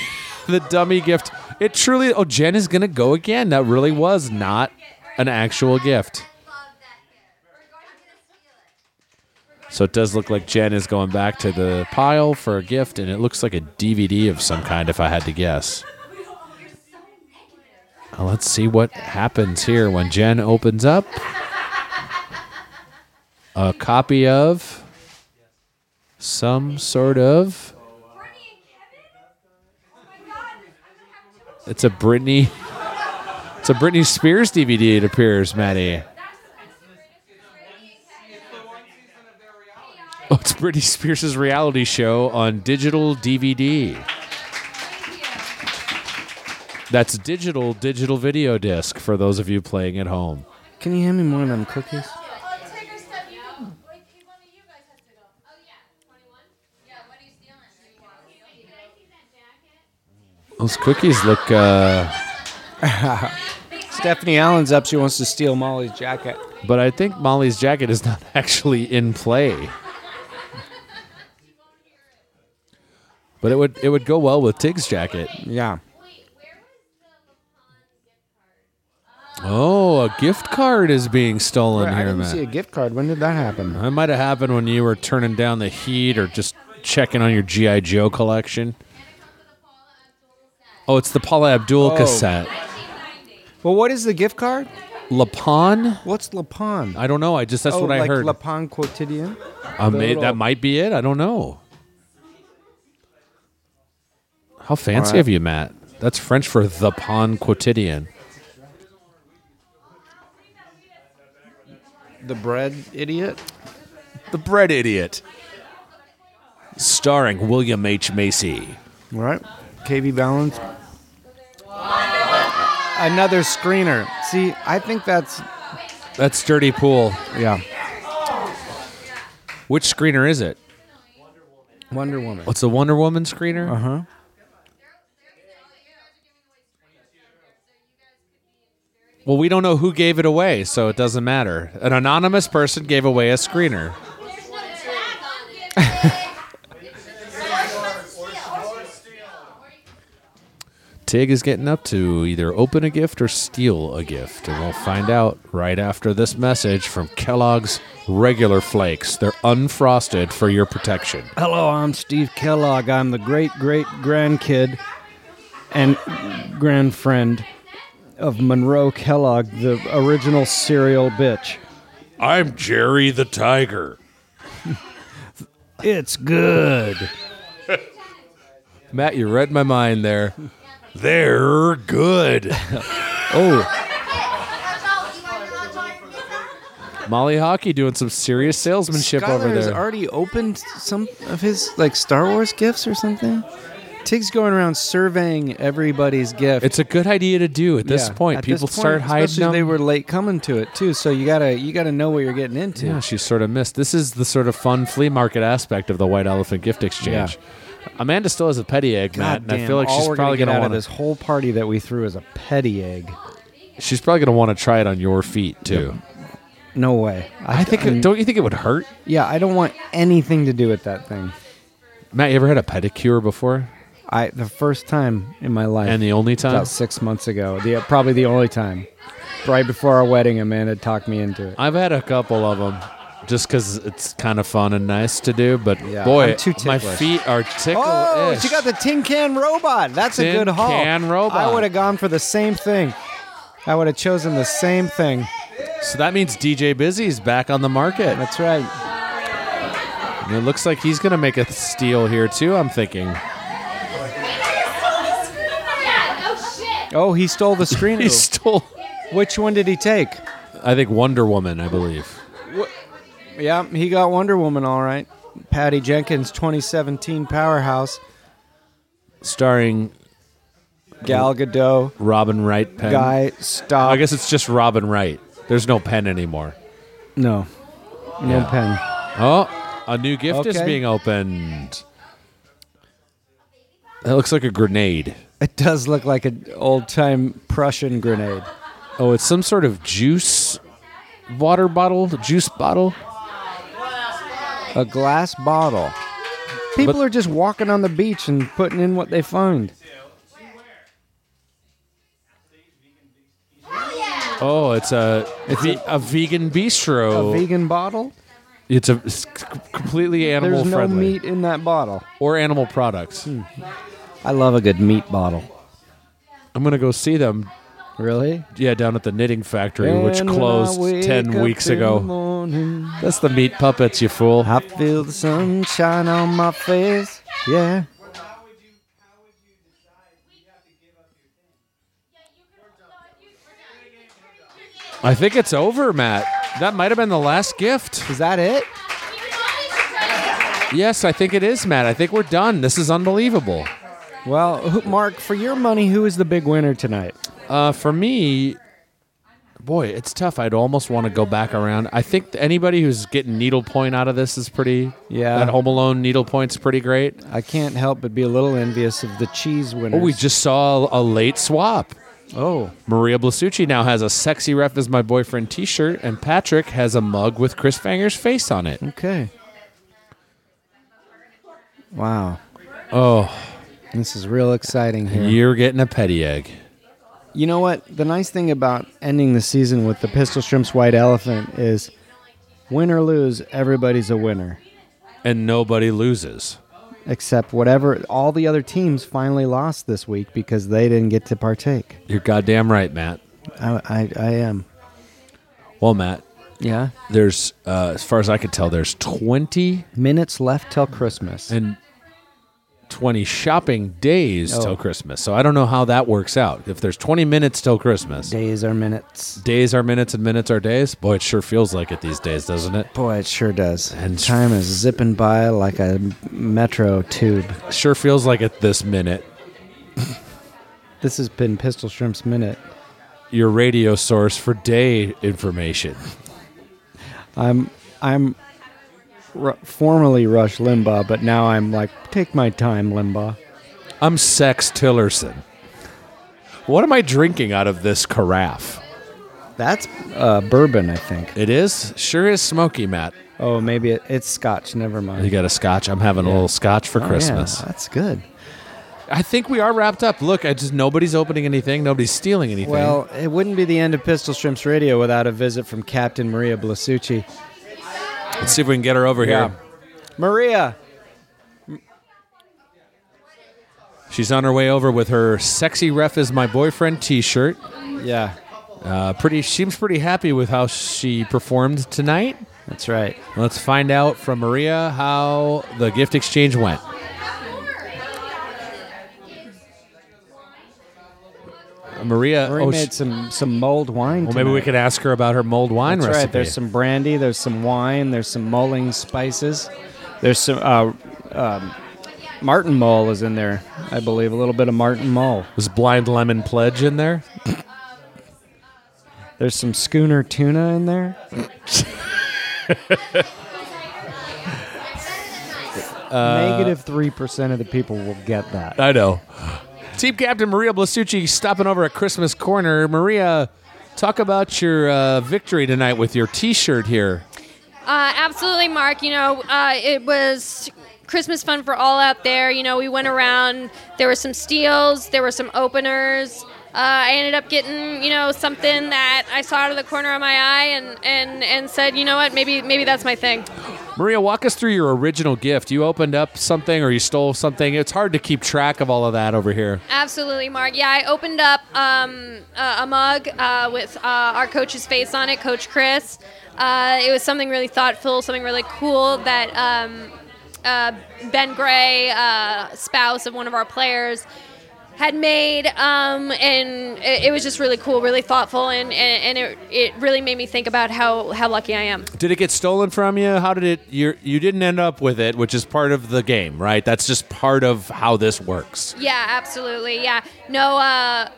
B: the dummy gift It truly. Oh, Jen is gonna go again. That really was not an actual gift. So it does look like Jen is going back to the pile for a gift, and it looks like a DVD of some kind, if I had to guess. Now let's see what happens here when Jen opens up a copy of some sort of. It's a Britney. It's a Britney Spears DVD. It appears, Maddie. Oh, it's Britney Spears' reality show on digital DVD. That's digital digital video disc for those of you playing at home.
A: Can you hand me one of them cookies?
B: Those cookies look. Uh,
A: Stephanie Allen's up. She wants to steal Molly's jacket.
B: but I think Molly's jacket is not actually in play. But it would it would go well with Tig's jacket.
A: Yeah.
B: Oh, a gift card is being stolen
A: I
B: here,
A: didn't
B: Matt.
A: see a gift card. When did that happen?
B: That might have happened when you were turning down the heat or just checking on your GI Joe collection. Oh, it's the Paula Abdul
A: Oh.
B: cassette.
A: Well, what is the gift card?
B: Lapon?
A: What's Lapon?
B: I don't know. I just that's
A: oh,
B: what I
A: like
B: heard.
A: Lapon Quotidian.
B: I may-
A: little-
B: that might be it. I don't know. How fancy
A: Alright.
B: of you, Matt. That's French for the Pon Quotidian.
A: The bread idiot.
B: The Bread Idiot. Starring William H. Macy.
A: Right. KB Balance. Another screener. See, I think that's
B: That's Dirty Pool.
A: yeah.
B: Which screener is it?
A: Wonder Woman.
B: What's the Wonder Woman screener?
A: Uh huh.
B: Well, we don't know who gave it away, so it doesn't matter. An anonymous person gave away a screener. Tig is getting up to either open a gift or steal a gift, and we'll find out right after this message from Kellogg's Regular Flakes. They're unfrosted for your protection.
A: Hello, I'm Steve Kellogg. I'm the great great grandkid and grandfriend of Monroe Kellogg, the original cereal bitch.
L: I'm Jerry the Tiger.
A: It's good.
B: Matt, you read my mind there.
L: They're good.
B: Oh, Molly Hockey doing some serious salesmanship over
A: Skylar has
B: there.
A: already opened some of his like Star Wars gifts or something. Tig's going around surveying everybody's gift.
B: It's a good idea to do at this
A: Yeah,
B: point.
A: at this
B: People start
A: point, especially
B: hiding them.
A: They were late coming to it too, so you gotta you gotta know what you're getting into.
B: yeah, she sort of missed. This is the sort of fun flea market aspect of the White Elephant Gift Exchange. Amanda still has a petty egg, Matt, and I feel like
A: all
B: she's
A: we're
B: probably
A: gonna get
B: gonna
A: out
B: want
A: of this
B: to.
A: whole party that we threw is a petty egg.
B: She's probably gonna want to try it on your feet too.
A: No way.
B: I think.
A: I'm-
B: it don't you think it would hurt,
A: Yeah, I don't want anything to do with that thing.
B: Matt? You ever had a pedicure before?
A: I the first time in my life,
B: And the only time?
A: about six months ago. The probably the only time, right before our wedding, Amanda talked me into it.
B: I've had a couple of them, just because it's kind of fun and nice to do. But
A: Yeah,
B: boy,
A: I'm too
B: my
A: ticklish.
B: feet are ticklish.
A: Oh, she got the tin can robot. That's
B: Tin
A: a good haul.
B: can robot.
A: I would have gone for the same thing. I would have chosen the same thing.
B: so that means DJ Busy's back on the market.
A: That's right.
B: And It looks like he's going to make a steal here, too, I'm thinking.
A: Oh, he stole the screen.
B: He stole,
A: Which one did he take?
B: I think, Wonder Woman, I believe.
A: Yeah, he got Wonder Woman all right. Patty Jenkins, 2017 powerhouse.
B: Starring
A: Gal Gadot,
B: Robin Wright Penn.
A: Guy Stop.
B: I guess it's just Robin Wright. There's no pen anymore.
A: no, no
B: Yeah.
A: pen.
B: Oh, a new gift is
A: Okay.
B: being opened. That looks like a grenade.
A: It does look like an old time Prussian grenade.
B: Oh, it's some sort of juice water bottle, juice bottle.
A: A glass bottle. People are just walking on the beach and putting in what they find.
B: Oh, it's a it's a, vegan bistro.
A: A vegan bottle.
B: it's a it's c- completely animal
A: There's no
B: friendly
A: meat Hmm. in that bottle.
B: or animal products.
A: I love a good meat bottle.
B: I'm gonna go see them.
A: Really?
B: Yeah, down at the knitting factory, which
A: And when I
B: closed
A: wake
B: ten
A: up
B: weeks
A: in the
B: ago.
A: morning,
B: That's the meat puppets, you fool.
A: I feel the sunshine on my face. Yeah.
B: I think it's over, Matt. That might have been the last gift.
A: Is that it?
B: Yes, I think it is, Matt. I think we're done. This is unbelievable.
A: Well, who, Mark, for your money, who is the big winner tonight?
B: Uh, for me, boy, it's tough. I'd almost want to go back around. I think anybody who's getting needlepoint out of this is pretty.
A: Yeah.
B: That Home Alone needlepoint's pretty great.
A: I can't help but be a little envious of the cheese
B: Oh,
A: winners.
B: we just saw a late swap.
A: Oh,
B: Maria Blasucci now has a sexy ref is my boyfriend t shirt, and Patrick has a mug with Chris Fanger's face on it.
A: okay. Wow,
B: Oh,
A: this is real exciting here.
B: you're getting a petty egg.
A: You know what? The nice thing about ending the season with the Pistol Shrimp's White Elephant is win or lose, everybody's a winner.
B: And nobody loses.
A: Except whatever, all the other teams finally lost this week because they didn't get to partake.
B: You're goddamn right, Matt.
A: I, I, I am.
B: Well, Matt,
A: Yeah.
B: there's, uh, as far as I could tell, there's 20
A: Minutes left till Christmas.
B: and 20 shopping days
A: Oh.
B: till Christmas. So I don't know how that works out. If there's 20 minutes till Christmas,
A: Days are minutes.
B: days are minutes and minutes are days. Boy, it sure feels like it these days, doesn't it?
A: Boy, it sure does.
B: And-
A: And time is zipping by like a metro tube.
B: Sure feels like it this minute.
A: This has been Pistol Shrimp's Minute.
B: Your radio source for day information.
A: I'm r- formerly Rush Limbaugh, but now I'm like, take my time, Limbaugh.
B: I'm Sex Tillerson. What am I drinking out of this carafe?
A: That's uh, bourbon, I think.
B: It is? Sure is smoky, Matt.
A: Oh, maybe it, it's scotch. Never
B: You
A: mind.
B: got a scotch? I'm having a little scotch for
A: Oh, yeah,
B: Christmas.
A: that's good.
B: I think we are wrapped up. Look, I just nobody's opening anything, nobody's stealing anything.
A: Well, it wouldn't be the end of Pistol Shrimps Radio without a visit from Captain Maria Blasucci.
B: Let's see if we can get her over here.
A: Maria,
B: She's on her way over with her "Sexy Ref is My Boyfriend" T-shirt.
A: yeah,
B: Uh, pretty seems pretty happy with how she performed tonight.
A: that's right.
B: Let's find out from Maria how the gift exchange went. Uh, Maria,
A: Maria
B: oh,
A: made
B: sh-
A: some some mulled wine.
B: well, maybe we
A: tonight.
B: can ask her about her mulled wine
A: That's
B: recipe.
A: right. There's some brandy. There's some wine. There's some mulling spices. There's some uh, um, Martin Mull is in there, I believe. A little bit of Martin Mull.
B: Was blind lemon pledge in there?
A: There's some schooner tuna in there. Negative three percent of the people will get that.
B: I know. Team Captain Maria Blasucci stopping over at Christmas Corner. Maria, talk about your uh, victory tonight with your T-shirt here.
F: Uh, absolutely, Mark. You know, uh, it was Christmas fun for all out there. You know, we went around. There were some steals. There were some openers. Uh, I ended up getting, you know, something that I saw out of the corner of my eye, and, and, and said, you know what, maybe maybe that's my thing.
B: Maria, walk us through your original gift. You opened up something or you stole something. It's hard to keep track of all of that over here.
F: Absolutely, Mark. Yeah, I opened up um, a, a mug uh, with uh, our coach's face on it, Coach Chris. Uh, it was something really thoughtful, something really cool that um, uh, Ben Gray, uh, spouse of one of our players, had made, um, and it, it was just really cool, really thoughtful, and, and, and it, it really made me think about how, how lucky I am.
B: Did it get stolen from you? How did it? You you didn't end up with it, which is part of the game, right? That's just part of how this works.
F: Yeah, absolutely. Yeah. No, uh,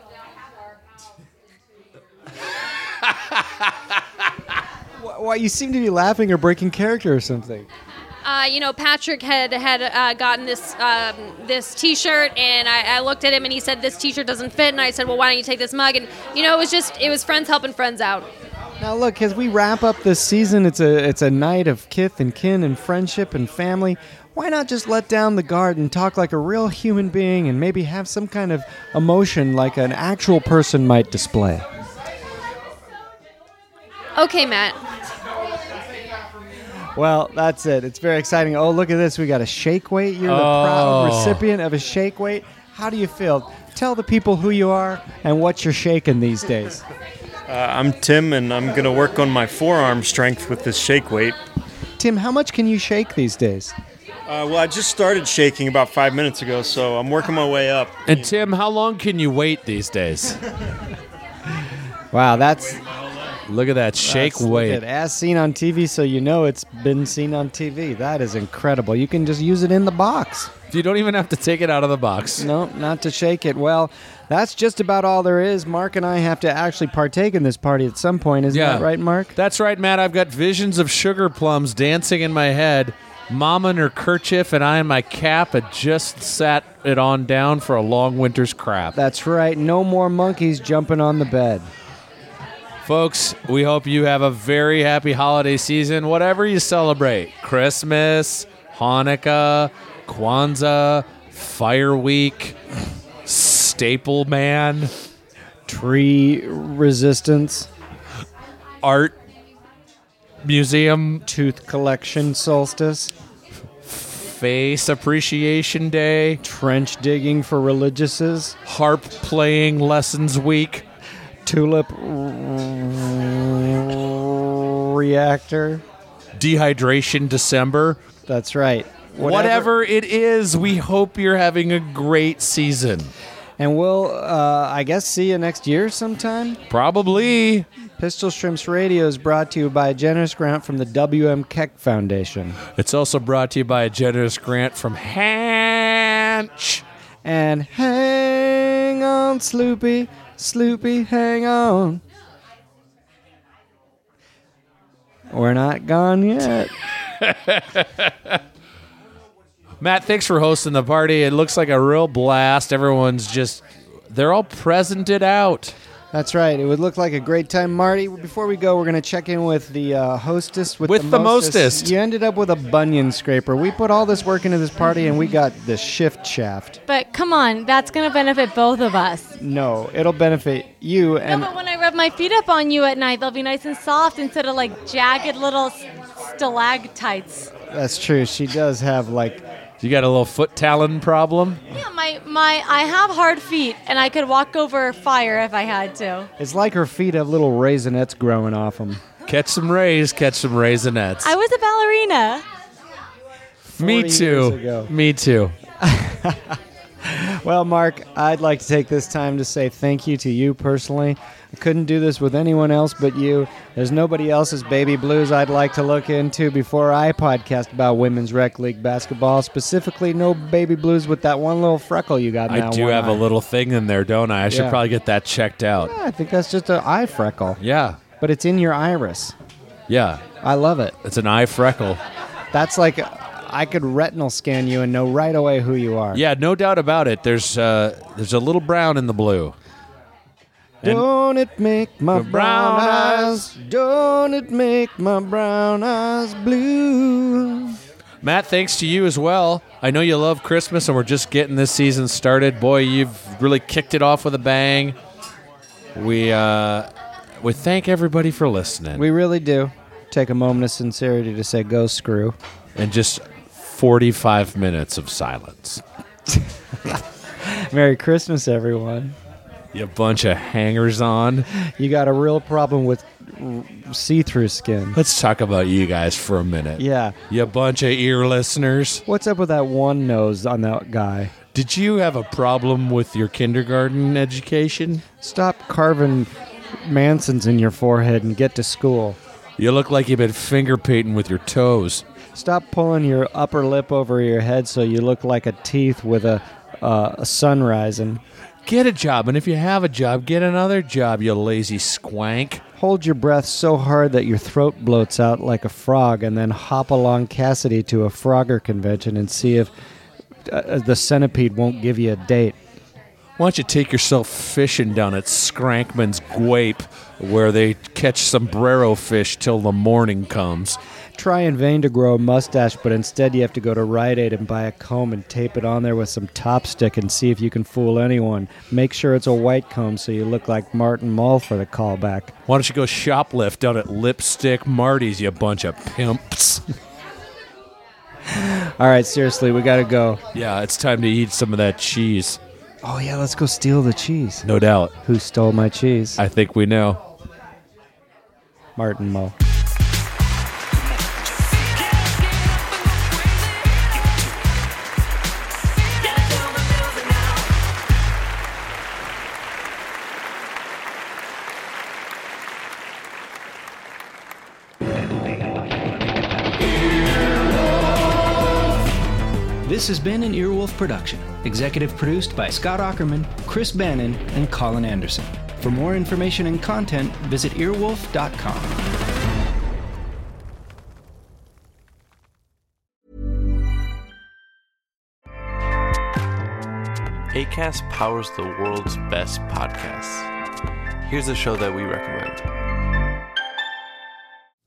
A: Why you seem to be laughing or breaking character or something?
F: uh, you know, Patrick had had uh, gotten this um, this T-shirt, and I, I looked at him, and he said, "This T-shirt doesn't fit." And I said, "Well, why don't you take this mug?" And you know, it was just it was friends helping friends out.
A: Now look, as we wrap up this season, it's a it's a night of kith and kin and friendship and family. Why not just let down the guard and talk like a real human being and maybe have some kind of emotion like an actual person might display?
F: Okay, Matt.
A: Well, that's it. It's very exciting. Oh, look at this. We got a shake weight. You're the proud
B: Oh.
A: recipient of a shake weight. How do you feel? Tell the people who you are and what you're shaking these days.
M: Uh, I'm Tim, and I'm going to work on my forearm strength with this shake weight.
A: Tim, how much can you shake these days?
M: Uh, well, I just started shaking about five minutes ago, so I'm working my way up.
B: And Tim, how long can you wait these days?
A: Wow, that's
B: look at that shake
A: That's- look
B: weight.
A: at As seen on TV, so you know it's been seen on TV. That is incredible. You can just use it in the box.
B: You don't even have to take it out of the box.
A: No, not to shake it. Well, that's just about all there is. Mark and I have to actually partake in this party at some point. Isn't that right, Mark?
B: That's right, Matt. I've got visions of sugar plums dancing in my head. Mama in her kerchief and I in my cap had just sat it on down for a long winter's crap.
A: That's right. No more monkeys jumping on the bed.
B: Folks, we hope you have a very happy holiday season, whatever you celebrate Christmas, Hanukkah, Kwanzaa, Fire Week, Staple Man,
A: Tree resistance,
B: Art Museum,
A: tooth collection solstice,
B: Face Appreciation Day,
A: trench digging for religiouses,
B: Harp Playing Lessons Week.
A: tulip r- reactor.
B: Dehydration December.
A: That's right.
B: Whatever. it is, we hope you're having a great season.
A: And we'll, uh, I guess, see you next year sometime.
B: Probably.
A: Pistol Shrimps Radio is brought to you by a generous grant from the W.M. Keck Foundation.
B: It's also brought to you by a generous grant from Hanch.
A: And hang on, Sloopy. Sloopy, hang on. We're not gone yet.
B: Matt, thanks for hosting the party. It looks like a real blast. Everyone's just, they're all presented out.
A: That's right. It would look like a great time, Marty. Before we go, we're going to check in with the uh, hostess. With,
B: With the mostest.
A: You ended up with a bunion scraper. We put all this work into this party, and we got the shift shaft.
N: But come on, that's going to benefit both of us.
A: No, it'll benefit you and
N: no, but when I rub my feet up on you at night, they'll be nice and soft instead of like jagged little s- stalactites.
A: That's true. She does have like.
B: You got a little foot talon problem?
N: Yeah, my my I have hard feet, and I could walk over fire if I had to.
A: It's like her feet have little raisinettes growing off them.
B: Catch some rays, catch some raisinets.
N: I was a ballerina.
B: Me
A: 40 years ago.
B: too. Me too.
A: Well, Mark, I'd like to take this time to say thank you to you personally. I couldn't do this with anyone else but you. There's nobody else's baby blues I'd like to look into before I podcast about women's rec league basketball. Specifically, no baby blues with that one little freckle you got. in
B: I
A: that
B: do
A: one
B: have a
A: eye.
B: little thing in there, don't I? I should
A: Yeah.
B: probably get that checked out.
A: I think that's just an eye freckle,
B: Yeah.
A: but it's in your iris.
B: Yeah.
A: I love it.
B: It's an eye freckle.
A: That's like I could retinal scan you and know right away who you are.
B: Yeah, no doubt about it. There's uh, there's a little brown in the blue. And-
A: Don't it make my brown,
B: brown
A: eyes? Don't it make my brown eyes blue?
B: Matt, thanks to you as well. I know you love Christmas, and we're just getting this season started. Boy, you've really kicked it off with a bang. We uh, we thank everybody for listening,
A: We really do. Take a moment of sincerity to say, go screw.
B: and just 45 minutes of silence.
A: Merry Christmas, everyone.
B: You bunch of hangers on.
A: You got a real problem with see through skin.
B: Let's talk about you guys for a minute.
A: Yeah.
B: You bunch of ear listeners.
A: What's up with that one nose on that guy?
B: Did you have a problem with your kindergarten education?
A: Stop carving Mansons in your forehead and get to school.
B: You look like you've been finger painting with your toes.
A: Stop pulling your upper lip over your head so you look like a teeth with a, uh, a sun rising.
B: Get a job, and if you have a job, get another job, you lazy swank.
A: Hold your breath so hard that your throat bloats out like a frog, and then hop along Cassidy to a Frogger convention and see if uh, the centipede won't give you a date.
B: Why don't you take yourself fishing down at Skrankman's Guape, where they catch sombrero fish till the morning comes?
A: try in vain to grow a mustache, but instead you have to go to Rite Aid and buy a comb and tape it on there with some Topstick and see if you can fool anyone. Make sure it's a white comb so you look like Martin Mull for the callback.
B: Why don't you go shoplift down at Lipstick Marty's, you bunch of pimps?
A: All right, seriously, we gotta go.
B: yeah, it's time to eat some of that cheese.
A: Oh, yeah, let's go steal the cheese.
B: No doubt.
A: Who stole my cheese?
B: I think we know.
A: Martin Mull.
O: This has been an Earwolf production, executive produced by Scott Ackerman, Chris Bannon, and Colin Anderson. For more information and content, visit earwolf.com.
P: ACAST powers the world's best podcasts. Here's a show that we recommend.